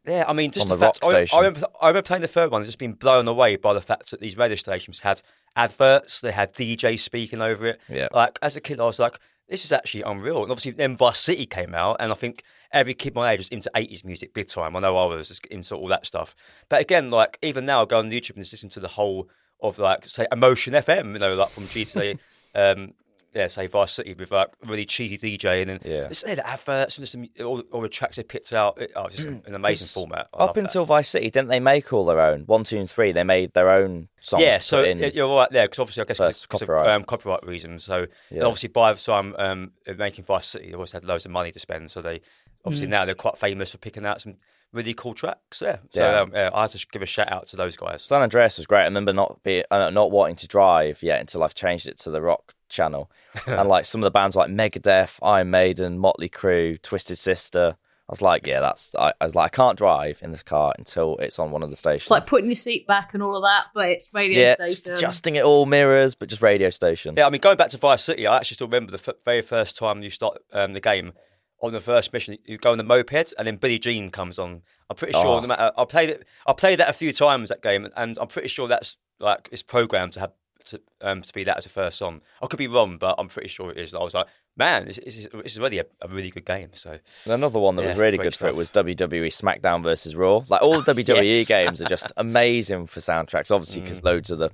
Speaker 3: Yeah, I mean, just
Speaker 2: On
Speaker 3: the,
Speaker 2: the
Speaker 3: fact
Speaker 2: rock
Speaker 3: I,
Speaker 2: station.
Speaker 3: I, remember, I remember playing the third one and just being blown away by the fact that these radio stations had adverts, they had DJs speaking over it.
Speaker 2: Yeah.
Speaker 3: Like as a kid, I was like, this is actually unreal. And obviously, then Vice City came out, and I think every kid my age was into 80s music big time. I know I was just into all that stuff. But again, like even now, I go on YouTube and just listen to the whole of like say Emotion FM, you know, like from GTA. um, yeah, say Vice City with like really cheesy DJ and then
Speaker 2: Yeah.
Speaker 3: just yeah, the adverts and just the, all, all the tracks they picked out. It, oh, it's just an amazing
Speaker 2: 'Cause
Speaker 3: format. I
Speaker 2: Up
Speaker 3: love that.
Speaker 2: until Vice City, didn't they make all their own? One, two, and three, they made their own songs.
Speaker 3: Yeah,
Speaker 2: to
Speaker 3: so
Speaker 2: put in.
Speaker 3: y- you're right there because obviously I guess
Speaker 2: That's
Speaker 3: because because of
Speaker 2: copyright.
Speaker 3: um, copyright reasons. So and
Speaker 2: Yeah.
Speaker 3: obviously by the time um, making Vice City, they always had loads of money to spend. So they obviously now they're quite famous for picking out some really cool tracks. Yeah, so
Speaker 2: Yeah.
Speaker 3: Um, yeah, I have to sh- give a shout out to those guys.
Speaker 2: San Andreas was great. I remember not be uh, not wanting to drive yet until I've changed it to the rock channel, and like some of the bands like Megadeth, Iron Maiden, Motley Crue, Twisted Sister. I was like, yeah, that's. I, I was like, I can't drive in this car until it's on one of the stations.
Speaker 1: It's like putting your seat back and all of that, but it's radio
Speaker 2: yeah, just
Speaker 1: station.
Speaker 2: adjusting it all mirrors, but just radio station.
Speaker 3: Yeah, I mean going back to Vice City, I actually still remember the f- very first time you start um, the game. On the first mission, you go on the moped, and then Billie Jean comes on. I'm pretty sure
Speaker 2: Oh.
Speaker 3: no matter I played it, I played that a few times that game, and I'm pretty sure that's like it's programmed to have to, um, to be that as a first song. I could be wrong, but I'm pretty sure it is. And I was like, man, this, this, is, this is already a, a really good game. So
Speaker 2: And Another one that was
Speaker 3: Yeah,
Speaker 2: really
Speaker 3: great
Speaker 2: good for it
Speaker 3: stuff.
Speaker 2: was WWE SmackDown versus Raw. Like all the WWE
Speaker 3: Yes. Mm.
Speaker 2: games are just amazing for soundtracks, obviously because loads of the,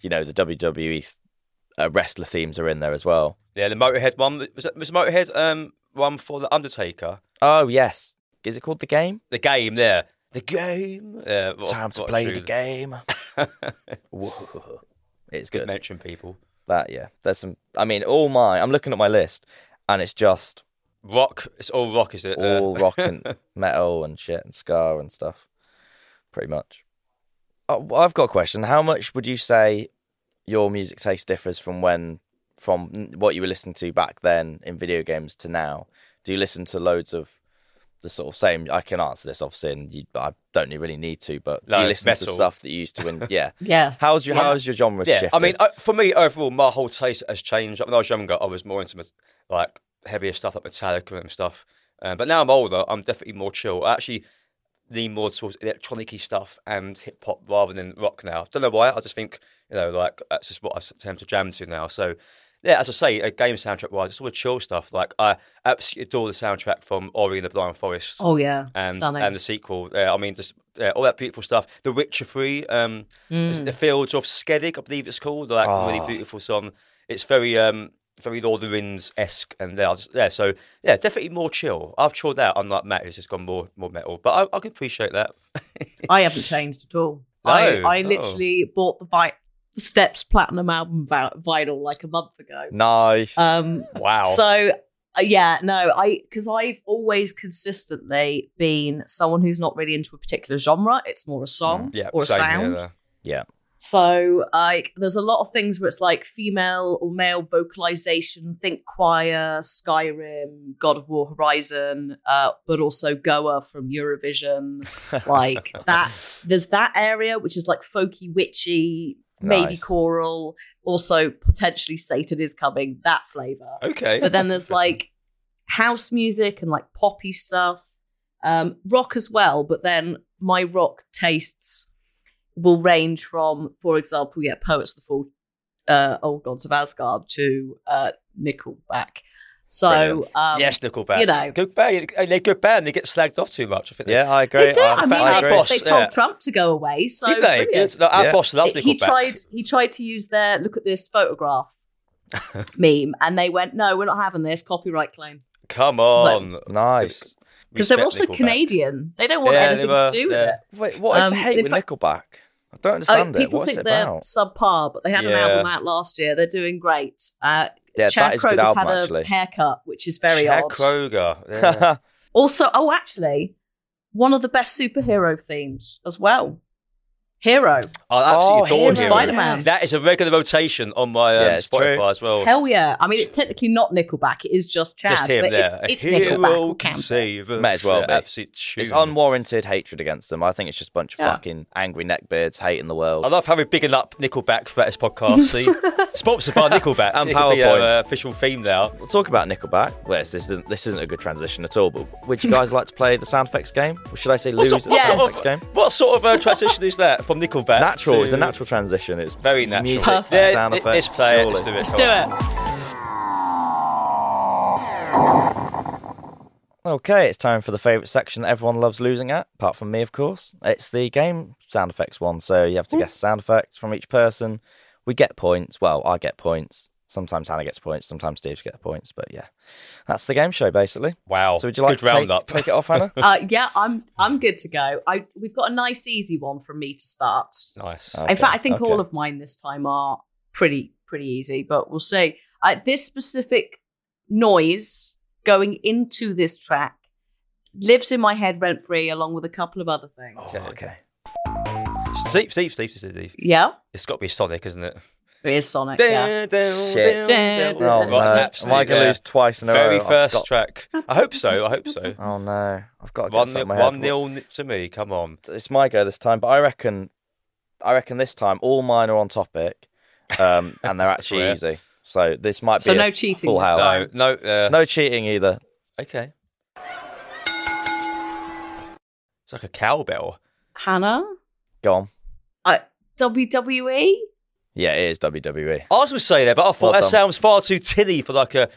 Speaker 2: you know, the WWE th- uh, wrestler themes are in there as well.
Speaker 3: yeah, the Motorhead one was that, was Motorhead um one for the Undertaker.
Speaker 2: Oh yes, is it called the game?
Speaker 3: The game there, the game. Yeah, what-
Speaker 2: Time to
Speaker 3: what a
Speaker 2: play the
Speaker 3: tune.
Speaker 2: game. Whoa. It's good.
Speaker 3: Mention people.
Speaker 2: That yeah. There's some. I mean, all my. I'm looking at my list, and it's just
Speaker 3: Rock. It's all rock, is it? Uh,
Speaker 2: all rock and metal and shit and ska and stuff, pretty much. Oh, well, I've got a question. How much would you say your music taste differs from when, from what you were listening to back then in video games to now? Do you listen to loads of the sort of same? I can answer this obviously, and you, I don't really need to. But do
Speaker 3: No,
Speaker 2: you listen to
Speaker 3: metal.
Speaker 2: stuff that you used to? When yeah,
Speaker 1: Yes.
Speaker 2: how's your
Speaker 1: Yeah.
Speaker 2: how's your genre?
Speaker 3: Yeah,
Speaker 2: shifted?
Speaker 3: I mean, uh, for me overall, my whole taste has changed. When I was younger, I was more into like heavier stuff, like Metallica and stuff. Um, but now I'm older, I'm definitely more chill. I actually lean more towards electronic stuff and hip hop rather than rock now. don't know why. I just think you know, like that's just what I s- tend to jam to now. So. Yeah, as I say, a game soundtrack wise, it's all the chill stuff. Like I absolutely adore the soundtrack from Ori and the Blind Forest
Speaker 1: Oh yeah,
Speaker 3: and
Speaker 1: stunning.
Speaker 3: and the sequel. Uh, I mean, just yeah, all that beautiful stuff. The Witcher Three, um,
Speaker 1: Mm.
Speaker 3: is it the Fields of Skellig, I believe it's called. Like a
Speaker 2: Ah.
Speaker 3: really beautiful song. It's very um very Lord of the Rings esque, and yeah, I just- yeah, so yeah, definitely more chill. I've chilled out, unlike Matt, who's just gone more more metal. But I, I can appreciate that.
Speaker 1: I haven't changed at all. I,
Speaker 3: No,
Speaker 1: I
Speaker 3: no.
Speaker 1: literally bought the, vi- the Steps Platinum album vi- vinyl like a month ago.
Speaker 2: nice.
Speaker 1: Um,
Speaker 3: Wow.
Speaker 1: So uh, yeah, no, I because I've always consistently been someone who's not really into a particular genre. It's more a song
Speaker 3: Mm, yeah,
Speaker 1: or a
Speaker 3: same here
Speaker 1: sound.
Speaker 3: there.
Speaker 1: So like there's a lot of things where it's like female or male vocalization, think choir, Skyrim, God of War Horizon, uh, but also Goa from Eurovision. like that there's that area which is like folky witchy, maybe
Speaker 2: Nice.
Speaker 1: choral, also potentially Satan is coming, that flavour.
Speaker 3: Okay,
Speaker 1: But then there's like house music and like poppy stuff, um, rock as well. But then my rock tastes will range from, for example, yeah, Poets of the Fall, uh, Old Gods of Asgard to uh, Nickelback. So
Speaker 2: Brilliant.
Speaker 1: um,
Speaker 3: yes, Nickelback.
Speaker 1: you know.
Speaker 3: good band. and They're good band. They get slagged off too much. I think.
Speaker 2: yeah, I agree.
Speaker 1: they
Speaker 3: Oh,
Speaker 1: do. I mean,
Speaker 3: found
Speaker 1: I
Speaker 3: it
Speaker 1: guess
Speaker 3: boss,
Speaker 1: they told
Speaker 3: yeah.
Speaker 1: Trump to go away. So
Speaker 3: Did they?
Speaker 1: brilliant.
Speaker 3: Good. No, our
Speaker 2: Yeah.
Speaker 3: boss loves Nickelback.
Speaker 1: he tried he tried to use their look at this photograph meme and they went no we're not having this copyright claim
Speaker 3: Come on.
Speaker 2: Nice.
Speaker 1: because they're
Speaker 3: Respect
Speaker 1: also
Speaker 3: Nickelback.
Speaker 1: Canadian. They don't want
Speaker 3: Yeah, they
Speaker 1: anything to
Speaker 3: were,
Speaker 1: do with
Speaker 3: yeah.
Speaker 1: it.
Speaker 2: Wait, what is
Speaker 1: Um,
Speaker 2: the hate
Speaker 1: in
Speaker 2: with
Speaker 1: fact-
Speaker 2: Nickelback? I don't
Speaker 1: Oh,
Speaker 2: understand it.
Speaker 1: people
Speaker 2: What's
Speaker 1: think
Speaker 2: it
Speaker 1: they're
Speaker 2: about?
Speaker 1: subpar, but they had an
Speaker 3: Yeah.
Speaker 1: album out last year. They're doing great. Uh,
Speaker 2: Yeah,
Speaker 1: Chad
Speaker 2: that is a good
Speaker 1: Kroger's
Speaker 2: album
Speaker 1: had a
Speaker 2: actually.
Speaker 1: haircut, which is very
Speaker 3: Chad
Speaker 1: odd.
Speaker 3: Kroger. Yeah.
Speaker 1: also, oh, actually, one of the best superhero themes as well. Hero,
Speaker 3: I absolutely
Speaker 2: Oh,
Speaker 3: adore
Speaker 2: Hero,
Speaker 3: him.
Speaker 1: Spider-Man.
Speaker 2: yes.
Speaker 3: That is a regular rotation on my um,
Speaker 2: Yeah, it's
Speaker 3: Spotify
Speaker 2: true.
Speaker 3: as well.
Speaker 1: hell yeah! I mean, it's technically not Nickelback; it is just Chad,
Speaker 3: Just him
Speaker 1: but
Speaker 3: there.
Speaker 1: it's, it's
Speaker 3: a hero
Speaker 1: Nickelback. We'll
Speaker 3: can
Speaker 1: count it.
Speaker 3: save us.
Speaker 2: May as well
Speaker 3: Yeah,
Speaker 2: be.
Speaker 3: Absolute tune.
Speaker 2: It's unwarranted hatred against them. I think it's just a bunch of
Speaker 1: Yeah.
Speaker 2: fucking angry neckbeards hating the world.
Speaker 3: I love how we're bigging up Nickelback for this podcast. See, sponsored by Nickelback
Speaker 2: And
Speaker 3: It could be
Speaker 2: PowerPoint.
Speaker 3: our, uh, official theme now.
Speaker 2: We'll talk about Nickelback. Well, this, this isn't this isn't a good transition at all. But would you guys like to play the sound effects game? Or should I say lose
Speaker 3: What, sort,
Speaker 2: the
Speaker 3: what,
Speaker 1: Yes.
Speaker 2: sound
Speaker 3: sort
Speaker 2: effects
Speaker 3: of,
Speaker 2: game?
Speaker 3: what sort of uh, transition is that from Nickelback?
Speaker 2: Natural.
Speaker 3: to-
Speaker 2: It's a natural transition. It's
Speaker 3: Very natural.
Speaker 2: Music,
Speaker 1: Perfect.
Speaker 3: Yeah,
Speaker 2: sound
Speaker 3: it-
Speaker 2: effects.
Speaker 3: Let's play it. Let's
Speaker 2: surely.
Speaker 3: do it.
Speaker 1: Let's
Speaker 3: Come
Speaker 1: do
Speaker 3: on.
Speaker 1: it.
Speaker 2: Okay, it's time for the favourite section that everyone loves losing at, apart from me, of course. It's the game sound effects one. So you have to guess sound effects from each person. We get points. Well, I get points. Sometimes Hannah gets points. Sometimes Steve gets points. But yeah, that's the game show basically.
Speaker 3: Wow.
Speaker 2: So would you like
Speaker 3: Oh,
Speaker 2: to
Speaker 3: Good round
Speaker 2: take,
Speaker 3: up?
Speaker 2: take it off, Hannah?
Speaker 1: Uh, yeah, I'm I'm good to go. I we've got a nice easy one from me to start.
Speaker 3: Nice.
Speaker 2: Oh.
Speaker 1: In fact, I
Speaker 2: Okay,
Speaker 1: think
Speaker 2: okay.
Speaker 1: all of mine this time are pretty pretty easy, but we'll see. Uh, this specific noise going into this track lives in my head rent free, along with a couple of other things.
Speaker 2: Oh, okay.
Speaker 3: Steve, Steve, Steve, Steve, Steve.
Speaker 1: Yeah,
Speaker 3: It's got to be Sonic, isn't it?
Speaker 1: it is Sonic. yeah.
Speaker 3: Dun, dun,
Speaker 2: Shit.
Speaker 3: dun,
Speaker 1: Dun,
Speaker 3: dun.
Speaker 2: Oh
Speaker 1: Right,
Speaker 2: no! Am I
Speaker 3: Absolutely,
Speaker 2: gonna
Speaker 3: yeah.
Speaker 2: lose twice in a
Speaker 3: Very
Speaker 2: row? I've
Speaker 3: 1st
Speaker 2: got-
Speaker 3: track. I hope so. I hope so.
Speaker 2: Oh no! I've got to get
Speaker 3: One,
Speaker 2: something in my head.
Speaker 3: one nil n- to me. Come on.
Speaker 2: It's my go this time, but I reckon, I reckon this time all mine are on topic, um, and they're actually
Speaker 3: Swear.
Speaker 2: easy. So this might be
Speaker 1: So
Speaker 2: a
Speaker 1: no cheating
Speaker 2: Full
Speaker 1: this
Speaker 2: house.
Speaker 1: time.
Speaker 3: No, no. Uh,
Speaker 2: No cheating either.
Speaker 3: Okay. It's like a cowbell.
Speaker 1: Hannah,
Speaker 2: Go on.
Speaker 1: uh, E? WWE.
Speaker 2: Yeah, it is E. WWE.
Speaker 3: I was going to say that, but I
Speaker 2: Well
Speaker 3: thought that
Speaker 2: done.
Speaker 3: sounds far too tinny for like a.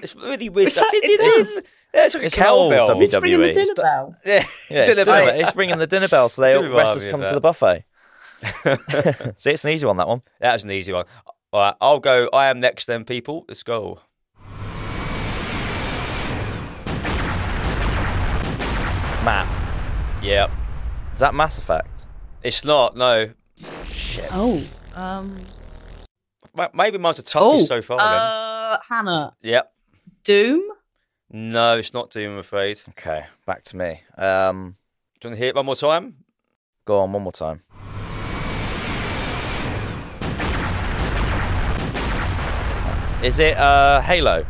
Speaker 3: It's really weird.
Speaker 1: It's like- it's- it's-
Speaker 3: yeah, it's like a
Speaker 2: it's an old
Speaker 3: cowbell.
Speaker 2: W- E.
Speaker 1: It's ringing the
Speaker 2: WWE.
Speaker 1: dinner bell.
Speaker 3: yeah,
Speaker 2: Yeah, it's,
Speaker 3: Dinner
Speaker 2: dinner
Speaker 3: bell.
Speaker 2: bell- it's ringing the dinner bell, so they all
Speaker 3: Dinner bell,
Speaker 2: wrestlers
Speaker 3: yeah,
Speaker 2: come
Speaker 3: that.
Speaker 2: to the buffet. See, it's an easy one that one.
Speaker 3: that was an easy one. All right, I'll go. I am next, then, people. Let's go.
Speaker 2: Matt,
Speaker 3: Yeah,
Speaker 2: is that Mass Effect?
Speaker 3: it's not. No,
Speaker 1: Oh, um,
Speaker 3: Ma- maybe mine's the
Speaker 1: oh,
Speaker 3: toughest so far.
Speaker 1: uh, Hannah,
Speaker 3: then. Yep.
Speaker 1: Doom.
Speaker 3: No, it's not Doom. I'm afraid.
Speaker 2: Okay, back to me. Um,
Speaker 3: Do you want to hear it one more time?
Speaker 2: go on one more time. Is it uh, Halo?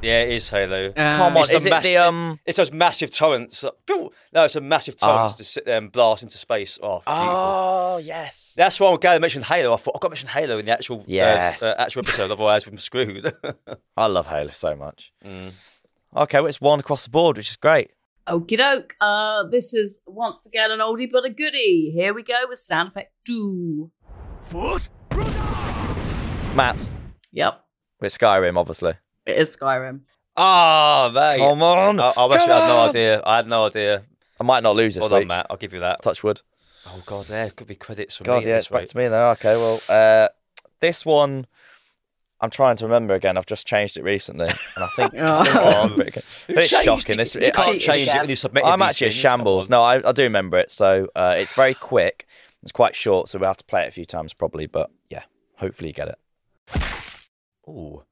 Speaker 3: Yeah, it is Halo.
Speaker 2: Come on,
Speaker 3: it's the
Speaker 2: is it
Speaker 3: mass-
Speaker 2: the um?
Speaker 3: It's those massive torrents. that- Pew! No, it's a massive torrents
Speaker 2: Ah.
Speaker 3: to sit there and blast into space. Oh, beautiful.
Speaker 2: Oh yes.
Speaker 3: That's why when Gary mentioned Halo, I thought I've got to mention Halo in the actual uh,
Speaker 2: Yes.
Speaker 3: uh, actual episode, otherwise we're screwed.
Speaker 2: I love Halo so much. Okay, well, it's one across the board, which is great.
Speaker 1: Okie doke. Uh, this is once again an oldie but a goodie. Here we go with sound effect do.
Speaker 2: Matt,
Speaker 1: Yep,
Speaker 2: with Skyrim, obviously.
Speaker 1: it is Skyrim.
Speaker 3: Ah, mate.
Speaker 2: Come on,
Speaker 3: I, I wish
Speaker 2: come
Speaker 3: I had no
Speaker 2: on.
Speaker 3: idea. I had no idea.
Speaker 2: I might not lose this
Speaker 3: Well
Speaker 2: week.
Speaker 3: done, Matt. I'll give you that.
Speaker 2: Touch wood.
Speaker 3: Oh God, there could be credits for
Speaker 2: God,
Speaker 3: me
Speaker 2: yeah, it's
Speaker 3: this
Speaker 2: back
Speaker 3: week.
Speaker 2: to me now. Okay, well, uh, this one, I'm trying to remember again. I've just changed it recently, and I think
Speaker 1: Oh.
Speaker 2: Oh, but it- it's
Speaker 3: changed
Speaker 2: shocking. It's,
Speaker 3: You
Speaker 2: it,
Speaker 3: can't
Speaker 1: cheated
Speaker 3: change it
Speaker 1: again.
Speaker 3: when you submitted
Speaker 2: I'm
Speaker 3: these
Speaker 2: actually a
Speaker 3: things. Come
Speaker 2: shambles.
Speaker 3: on.
Speaker 2: No, I, I do remember it. So uh, it's very quick. It's quite short, so we'll have to play it a few times probably. But yeah, hopefully you get it.
Speaker 3: Ooh.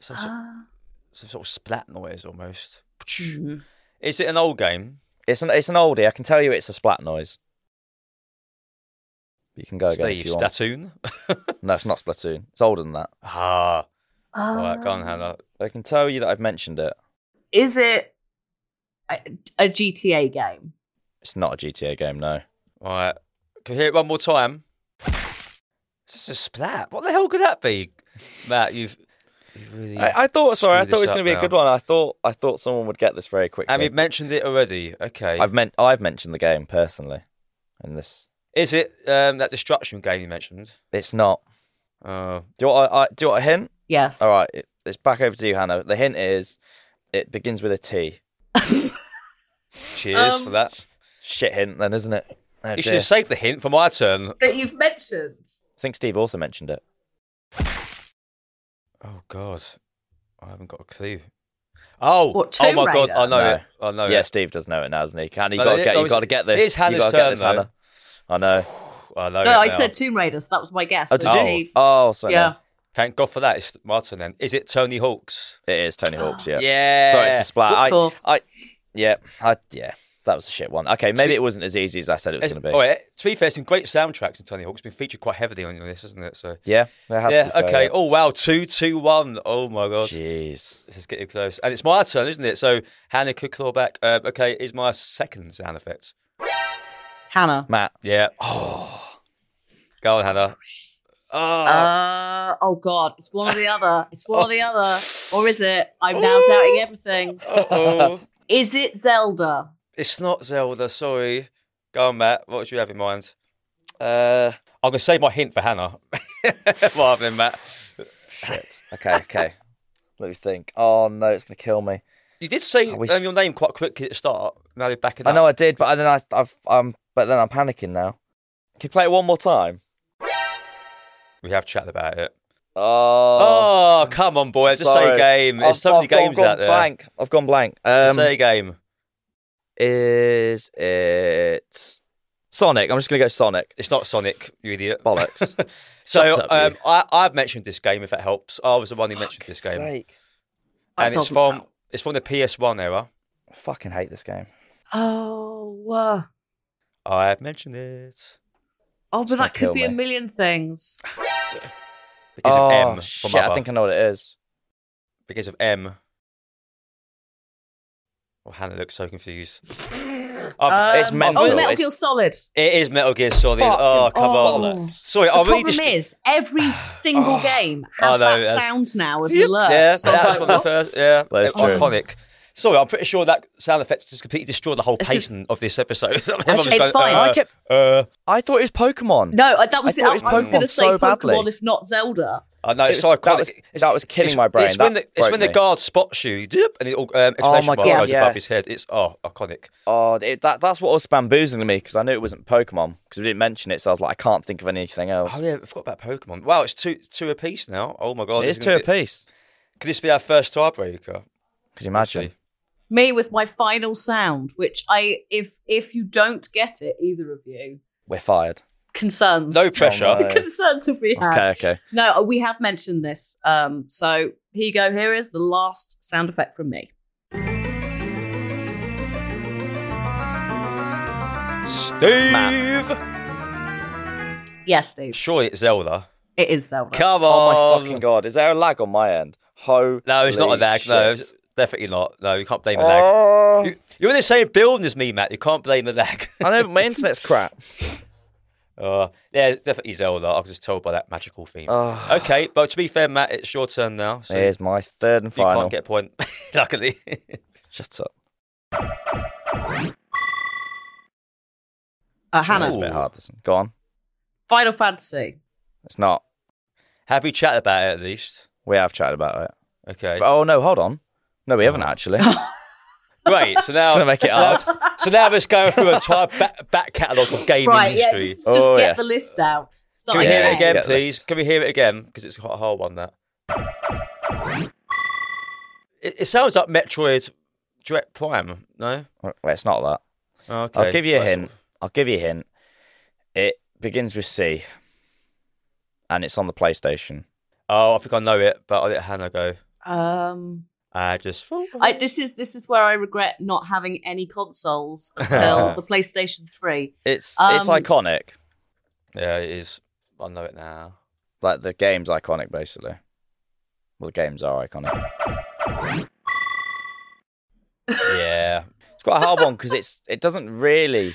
Speaker 3: Some, sort,
Speaker 2: Uh,
Speaker 1: Ah.
Speaker 3: some sort of splat noise almost.
Speaker 1: Hmm.
Speaker 3: Is it an old game?
Speaker 2: It's an it's an oldie. I can tell you, it's a splat noise. You can go again if
Speaker 3: Steve,
Speaker 2: you want.
Speaker 3: Splatoon?
Speaker 2: No, it's not Splatoon. It's older than that. uh,
Speaker 3: ah, all right,
Speaker 1: Um,
Speaker 3: go on, Hannah.
Speaker 2: I can tell you that I've mentioned it.
Speaker 1: Is it a, a GTA game?
Speaker 2: It's not a GTA game, no.
Speaker 3: All right, can we hear it one more time? This is a splat. What the hell could that be, Matt? You've, you've really.
Speaker 2: I, I thought sorry, I
Speaker 3: Screw
Speaker 2: thought it was
Speaker 3: this
Speaker 2: going to be
Speaker 3: up
Speaker 2: a
Speaker 3: now.
Speaker 2: good one. I thought I thought someone would get this very quickly.
Speaker 3: and we've mentioned it already. Okay.
Speaker 2: I've meant I've mentioned the game personally, and this
Speaker 3: Is it um, that destruction game you mentioned?
Speaker 2: it's not.
Speaker 3: Uh,
Speaker 2: Do you want, I, I, do you want a hint?
Speaker 1: Yes.
Speaker 2: All right, it, it's back over to you, Hannah. The hint is it begins with a T.
Speaker 3: cheers for
Speaker 1: Um,
Speaker 3: that.
Speaker 2: Shit hint, then, isn't it? Oh,
Speaker 3: You should
Speaker 2: dear.
Speaker 3: have saved the hint for my turn.
Speaker 1: That you've mentioned.
Speaker 2: I think Steve also mentioned it.
Speaker 3: Oh God, I haven't got a clue. Oh,
Speaker 1: What,
Speaker 3: oh
Speaker 1: Tomb
Speaker 3: my god,
Speaker 1: Raider?
Speaker 3: I know
Speaker 2: No.
Speaker 3: it. I know
Speaker 2: yeah,
Speaker 3: it.
Speaker 2: Steve does know it now, doesn't he? Can you
Speaker 3: No,
Speaker 2: got to
Speaker 3: Oh, it-
Speaker 2: get?
Speaker 3: oh,
Speaker 2: You
Speaker 3: it's-
Speaker 2: got to get this.
Speaker 3: it is Hannah's
Speaker 2: you got to get
Speaker 3: turn,
Speaker 2: this,
Speaker 3: though.
Speaker 2: Hannah. I know.
Speaker 3: I know.
Speaker 1: No,
Speaker 3: it
Speaker 1: I
Speaker 3: now.
Speaker 1: said Tomb Raider, so that was my guess.
Speaker 2: Oh,
Speaker 1: So
Speaker 2: did you?
Speaker 1: Steve-
Speaker 2: Oh, sorry.
Speaker 1: yeah.
Speaker 2: Yeah,
Speaker 3: Thank God for that. It's Martin then. Is it Tony Hawk's?
Speaker 2: it is Tony Hawk's. Yeah.
Speaker 3: Yeah.
Speaker 2: Sorry, it's the splat.
Speaker 1: Of
Speaker 2: I,
Speaker 1: course.
Speaker 2: I, yeah, I, yeah, that was a shit one. Okay, maybe it wasn't as easy as I said it was
Speaker 3: It's-
Speaker 2: going to be.
Speaker 3: oh, yeah. To be fair, some great soundtracks in Tony Hawk's been featured quite heavily on on this, isn't it? So
Speaker 2: Yeah, there has
Speaker 3: yeah,
Speaker 2: to be fair,
Speaker 3: okay.
Speaker 2: yeah.
Speaker 3: Oh wow, two, two, one. Oh my god,
Speaker 2: Jeez.
Speaker 3: this is getting close. And it's my turn, isn't it? So Hannah could claw back. Uh, okay, is my second sound effect.
Speaker 1: Hannah.
Speaker 2: Matt,
Speaker 3: Yeah. Oh, go on, Hannah. Oh,
Speaker 1: Uh, oh God, it's one or the other. It's one or
Speaker 2: Oh.
Speaker 1: the other. Or is it? I'm now doubting everything.
Speaker 3: uh-oh.
Speaker 1: Is it Zelda?
Speaker 3: it's not Zelda. Sorry. Go on, Matt. What do you have in mind? Uh, I'm gonna save my hint for Hannah rather than Matt.
Speaker 2: shit. Okay, okay. Let me think. Oh no, it's going to kill me.
Speaker 3: You did say
Speaker 2: I wish-
Speaker 3: um, your name quite quickly at the start. Now you're backing
Speaker 2: I
Speaker 3: up.
Speaker 2: know I did, but then I, I've, um, but then I'm panicking now. Can you play it one more time?
Speaker 3: We have chatted about it.
Speaker 2: Oh,
Speaker 3: Oh, come on, boy. Just say
Speaker 2: sorry.
Speaker 3: game. There's
Speaker 2: I've-
Speaker 3: so many
Speaker 2: I've gone-
Speaker 3: games
Speaker 2: gone
Speaker 3: out there.
Speaker 2: Blank. I've gone blank.
Speaker 3: Just
Speaker 2: Um,
Speaker 3: say game.
Speaker 2: is it Sonic? I'm just going to go Sonic.
Speaker 3: It's not Sonic, you idiot.
Speaker 2: Bollocks.
Speaker 3: So
Speaker 2: Shut up,
Speaker 3: um,
Speaker 2: you.
Speaker 3: I, I've mentioned this game, if that helps. I was the one who mentioned this game.
Speaker 2: Sake.
Speaker 1: That
Speaker 3: And it's
Speaker 1: doesn't
Speaker 3: from
Speaker 1: help.
Speaker 3: it's from the PS1 era.
Speaker 2: I fucking hate this game.
Speaker 1: Oh, uh,
Speaker 3: I have mentioned it.
Speaker 1: oh, but
Speaker 2: gonna
Speaker 1: that could
Speaker 2: kill
Speaker 1: be a
Speaker 2: me.
Speaker 1: million things.
Speaker 3: Because
Speaker 2: oh,
Speaker 3: of M. From
Speaker 2: shit,
Speaker 3: Mother.
Speaker 2: I think I know what it is.
Speaker 3: Because of M. Oh, Hannah looks so confused. I've-
Speaker 2: it's
Speaker 1: Um,
Speaker 2: mental.
Speaker 1: Oh, Metal
Speaker 2: It's-
Speaker 1: Gear Solid.
Speaker 3: it is Metal Gear Solid.
Speaker 2: Fucking
Speaker 3: Oh, come on.
Speaker 1: bollocks.
Speaker 3: Sorry,
Speaker 1: The
Speaker 3: I really
Speaker 1: problem
Speaker 3: just. Oh,
Speaker 1: is every single game has
Speaker 3: I know,
Speaker 1: that
Speaker 3: that's-
Speaker 1: sound now as
Speaker 3: Yep.
Speaker 1: an alert.
Speaker 3: Yeah,
Speaker 1: So
Speaker 3: that's
Speaker 1: it's
Speaker 3: one
Speaker 1: like,
Speaker 3: of the
Speaker 1: what?
Speaker 3: first. Yeah,
Speaker 2: That is
Speaker 3: it's
Speaker 2: true.
Speaker 3: iconic. Sorry, I'm pretty sure that sound effect just completely destroyed the whole
Speaker 1: It's just-
Speaker 3: pacing of this episode.
Speaker 2: just-
Speaker 1: It's fine.
Speaker 2: I kept-
Speaker 3: Uh,
Speaker 2: I thought it was Pokemon.
Speaker 1: no, I- that was
Speaker 2: I
Speaker 1: I,
Speaker 2: thought it was
Speaker 1: I was
Speaker 2: Pokemon
Speaker 1: going to say
Speaker 2: so
Speaker 1: Pokemon,
Speaker 2: badly.
Speaker 1: if not Zelda.
Speaker 3: I know.
Speaker 2: It
Speaker 3: It's
Speaker 2: was-
Speaker 3: so iconic.
Speaker 2: that was-
Speaker 3: It's-
Speaker 2: that was killing
Speaker 3: it's-
Speaker 2: my brain.
Speaker 3: It's when
Speaker 2: That
Speaker 3: the, it's
Speaker 2: broke
Speaker 3: when the
Speaker 2: me. Oh
Speaker 3: guard spots you, doop, and it all um, exclamation
Speaker 2: my
Speaker 3: mark
Speaker 2: God,
Speaker 3: goes above
Speaker 2: yes.
Speaker 3: his head. It's oh, iconic.
Speaker 2: Oh, it, that, that's what was bamboozling me because I knew it wasn't Pokemon because we didn't mention it. So I was like, I can't think of anything else.
Speaker 3: Oh yeah, I forgot about Pokemon. Wow, it's two two apiece now. Oh my god,
Speaker 2: it is
Speaker 3: it's
Speaker 2: two
Speaker 3: gonna be-
Speaker 2: apiece.
Speaker 3: Could this be our first tiebreaker?
Speaker 2: Could you imagine?
Speaker 1: Me with my final sound, which I, if if you don't get it, either of you,
Speaker 2: We're fired.
Speaker 1: concerns.
Speaker 3: No pressure.
Speaker 2: Oh, no.
Speaker 1: concerns if we had.
Speaker 2: Okay, okay.
Speaker 1: No, uh, we have mentioned this. Um, so here you go. Here is the last sound effect from me.
Speaker 3: Steve.
Speaker 1: Yes, Steve.
Speaker 3: Surely it's Zelda.
Speaker 1: It is Zelda.
Speaker 3: Come on.
Speaker 2: Oh, my fucking god! Is there a lag on my end? Ho.
Speaker 3: No, it's not a lag. No, it's definitely not. No, you can't blame a
Speaker 2: Oh.
Speaker 3: lag. You- You're in the same building as me, Matt. You can't blame the lag.
Speaker 2: I know but my internet's crap.
Speaker 3: Uh, yeah, it's definitely Zelda. I was just told by that magical theme.
Speaker 2: Oh.
Speaker 3: Okay, but to be fair, Matt, it's your turn now. So
Speaker 2: Here's my third and
Speaker 3: you
Speaker 2: final.
Speaker 3: can't get a point, luckily.
Speaker 2: Shut up.
Speaker 1: Uh,
Speaker 2: It's
Speaker 1: Hannah,
Speaker 2: a
Speaker 3: Ooh.
Speaker 2: bit hard. This one. Go on.
Speaker 1: Final Fantasy.
Speaker 2: It's not.
Speaker 3: Have we chatted about it at least?
Speaker 2: We have chatted about it.
Speaker 3: Okay.
Speaker 2: Oh no, hold on. No, we
Speaker 3: Oh.
Speaker 2: haven't actually.
Speaker 3: Great. So now,
Speaker 2: Just gonna make it
Speaker 3: so, Now, so now let's go through an entire back, back catalogue of gaming
Speaker 1: Right, yeah,
Speaker 3: history.
Speaker 1: just, just
Speaker 2: Oh,
Speaker 1: get
Speaker 2: yes.
Speaker 1: the list out. Start
Speaker 3: Can we
Speaker 2: Yeah,
Speaker 3: hear it
Speaker 2: let's
Speaker 3: again,
Speaker 2: get
Speaker 3: please?
Speaker 2: this.
Speaker 3: Can we hear it again? Because it's quite a hard one. That. It, it sounds like Metroid Direct Prime. No.
Speaker 2: Well, it's not that.
Speaker 3: Oh, okay.
Speaker 2: I'll give you a
Speaker 3: That's-
Speaker 2: hint. I'll give you a hint. It begins with C, and it's on the PlayStation.
Speaker 3: Oh, I think I know it, but I'll let Hannah go.
Speaker 1: Um,
Speaker 3: I just.
Speaker 1: I, this is this is where I regret not having any consoles until the PlayStation Three.
Speaker 2: It's it's
Speaker 1: Um,
Speaker 2: iconic.
Speaker 3: Yeah, it is. I know it now.
Speaker 2: Like the game's iconic, basically. Well, the games are iconic.
Speaker 3: Yeah.
Speaker 2: It's quite a hard one because it's it doesn't really.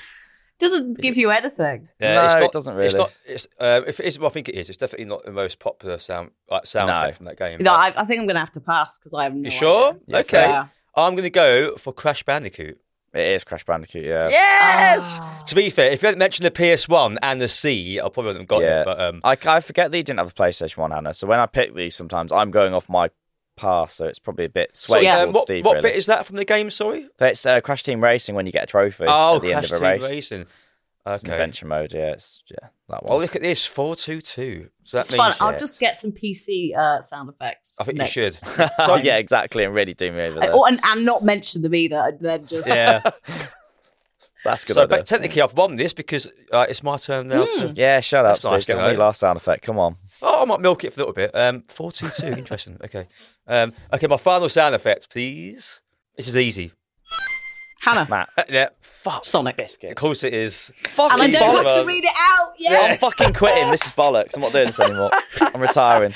Speaker 1: Doesn't give you anything.
Speaker 3: Yeah,
Speaker 2: No,
Speaker 3: it's
Speaker 2: it
Speaker 3: not,
Speaker 2: doesn't
Speaker 3: It's
Speaker 2: really.
Speaker 3: not. It's, uh, if it is, well, I think it is. It's definitely not the most popular sound like sound
Speaker 2: No.
Speaker 3: effect from that game.
Speaker 1: No,
Speaker 3: Like,
Speaker 1: I, I think I'm going to have to pass because I have no.
Speaker 3: you sure?
Speaker 1: idea.
Speaker 2: Yeah,
Speaker 3: okay.
Speaker 1: Yeah.
Speaker 3: I'm going to go for Crash Bandicoot.
Speaker 2: It is Crash Bandicoot. Yeah.
Speaker 3: Yes.
Speaker 1: Ah.
Speaker 3: To be fair, if you hadn't mentioned the PS1 and the C, I probably wouldn't have got
Speaker 2: Yeah.
Speaker 3: it. But um,
Speaker 2: I, I forget that you didn't have a PlayStation One, Hannah. So when I pick these, sometimes I'm going off my past, so it's probably a bit swayed
Speaker 1: Sorry,
Speaker 2: yeah.
Speaker 1: um,
Speaker 2: towards
Speaker 3: what,
Speaker 2: Steve.
Speaker 3: what
Speaker 2: really.
Speaker 3: bit is that from the game? Sorry.
Speaker 2: That's uh, Crash Team Racing when you get a trophy
Speaker 3: Oh,
Speaker 2: at the
Speaker 3: Crash
Speaker 2: end of a
Speaker 3: Team
Speaker 2: race.
Speaker 3: Racing.
Speaker 2: It's an adventure mode. Yeah, it's yeah that
Speaker 3: Oh,
Speaker 2: one.
Speaker 3: look at this four two two. So that
Speaker 1: It's fun.
Speaker 3: means
Speaker 1: I'll just get some PC uh, sound effects.
Speaker 3: I think
Speaker 1: next.
Speaker 3: you should.
Speaker 2: so Oh, yeah, exactly, and really do me over
Speaker 1: And,
Speaker 2: there.
Speaker 1: or- and, and not mention them either. And then just
Speaker 3: yeah.
Speaker 2: That's a good.
Speaker 3: so
Speaker 2: idea.
Speaker 3: but technically, I've won this because uh, it's my turn now.
Speaker 1: Hmm.
Speaker 3: To...
Speaker 2: yeah, shut up,
Speaker 3: That's
Speaker 2: Steve.
Speaker 3: nice
Speaker 2: Get
Speaker 3: to
Speaker 2: on the
Speaker 3: know.
Speaker 2: last sound effect. Come on.
Speaker 3: Oh, I might milk it for a little bit. Um, four two two. Interesting. Okay. Um, okay. My final sound effect, please. This is easy.
Speaker 1: Hannah
Speaker 2: Matt.
Speaker 3: Uh, yeah. Fuck.
Speaker 1: Sonic.
Speaker 3: Of
Speaker 2: Biscuit.
Speaker 3: course it is.
Speaker 1: And I
Speaker 2: Fucking
Speaker 1: don't have to
Speaker 2: bollocks.
Speaker 1: read it out.
Speaker 2: I'm
Speaker 1: Yes.
Speaker 2: fucking quitting. This is bollocks. I'm not doing this anymore. I'm retiring.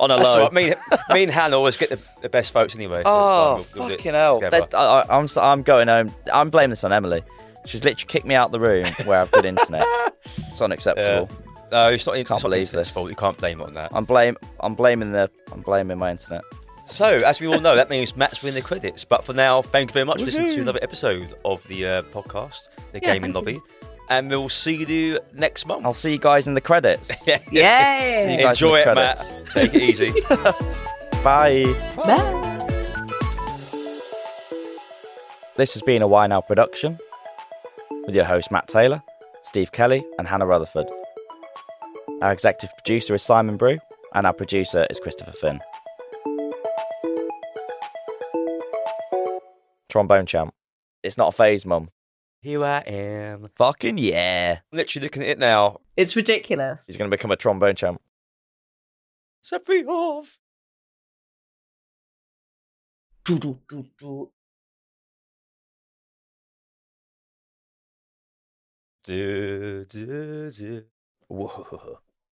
Speaker 2: On a
Speaker 3: That's
Speaker 2: low.
Speaker 3: all right. Me, and- me and Hannah always get the, the best votes anyway. So
Speaker 2: Oh,
Speaker 3: it's fine. We'll- we'll do it
Speaker 2: fucking hell.
Speaker 3: together.
Speaker 2: There's- I, I- I'm, s- I'm going home. I'm blaming this on Emily. She's literally kicked me out the room where I've good internet. It's unacceptable.
Speaker 3: No, it's not. Can't
Speaker 2: Can't believe
Speaker 3: it's believe not this.
Speaker 2: this.
Speaker 3: Fault. You can't blame it on that.
Speaker 2: I'm blame. I'm blaming the. I'm blaming my internet.
Speaker 3: So, as we all know, that means Matt's winning the credits. But for now, thank you very much for listening to another episode of the uh, podcast, The
Speaker 1: Yeah,
Speaker 3: Gaming
Speaker 1: thank
Speaker 3: Lobby. And we'll see you next month.
Speaker 2: I'll see you guys in the credits.
Speaker 1: Yeah.
Speaker 2: See you guys in
Speaker 3: Enjoy
Speaker 2: the
Speaker 3: it,
Speaker 2: credits.
Speaker 3: Matt. Take it easy.
Speaker 2: Bye.
Speaker 1: Bye.
Speaker 2: This has been a Why Now production with your hosts Matt Taylor, Steve Kelly, and Hannah Rutherford. Our executive producer is Simon Brew, and our producer is Christopher Finn. Trombone champ. It's not a phase, mum.
Speaker 3: Here I am.
Speaker 2: Fucking yeah.
Speaker 3: Literally looking at it now.
Speaker 1: It's ridiculous.
Speaker 2: He's going to become a trombone champ.
Speaker 3: So free off. Do, do, do.
Speaker 2: Whoa.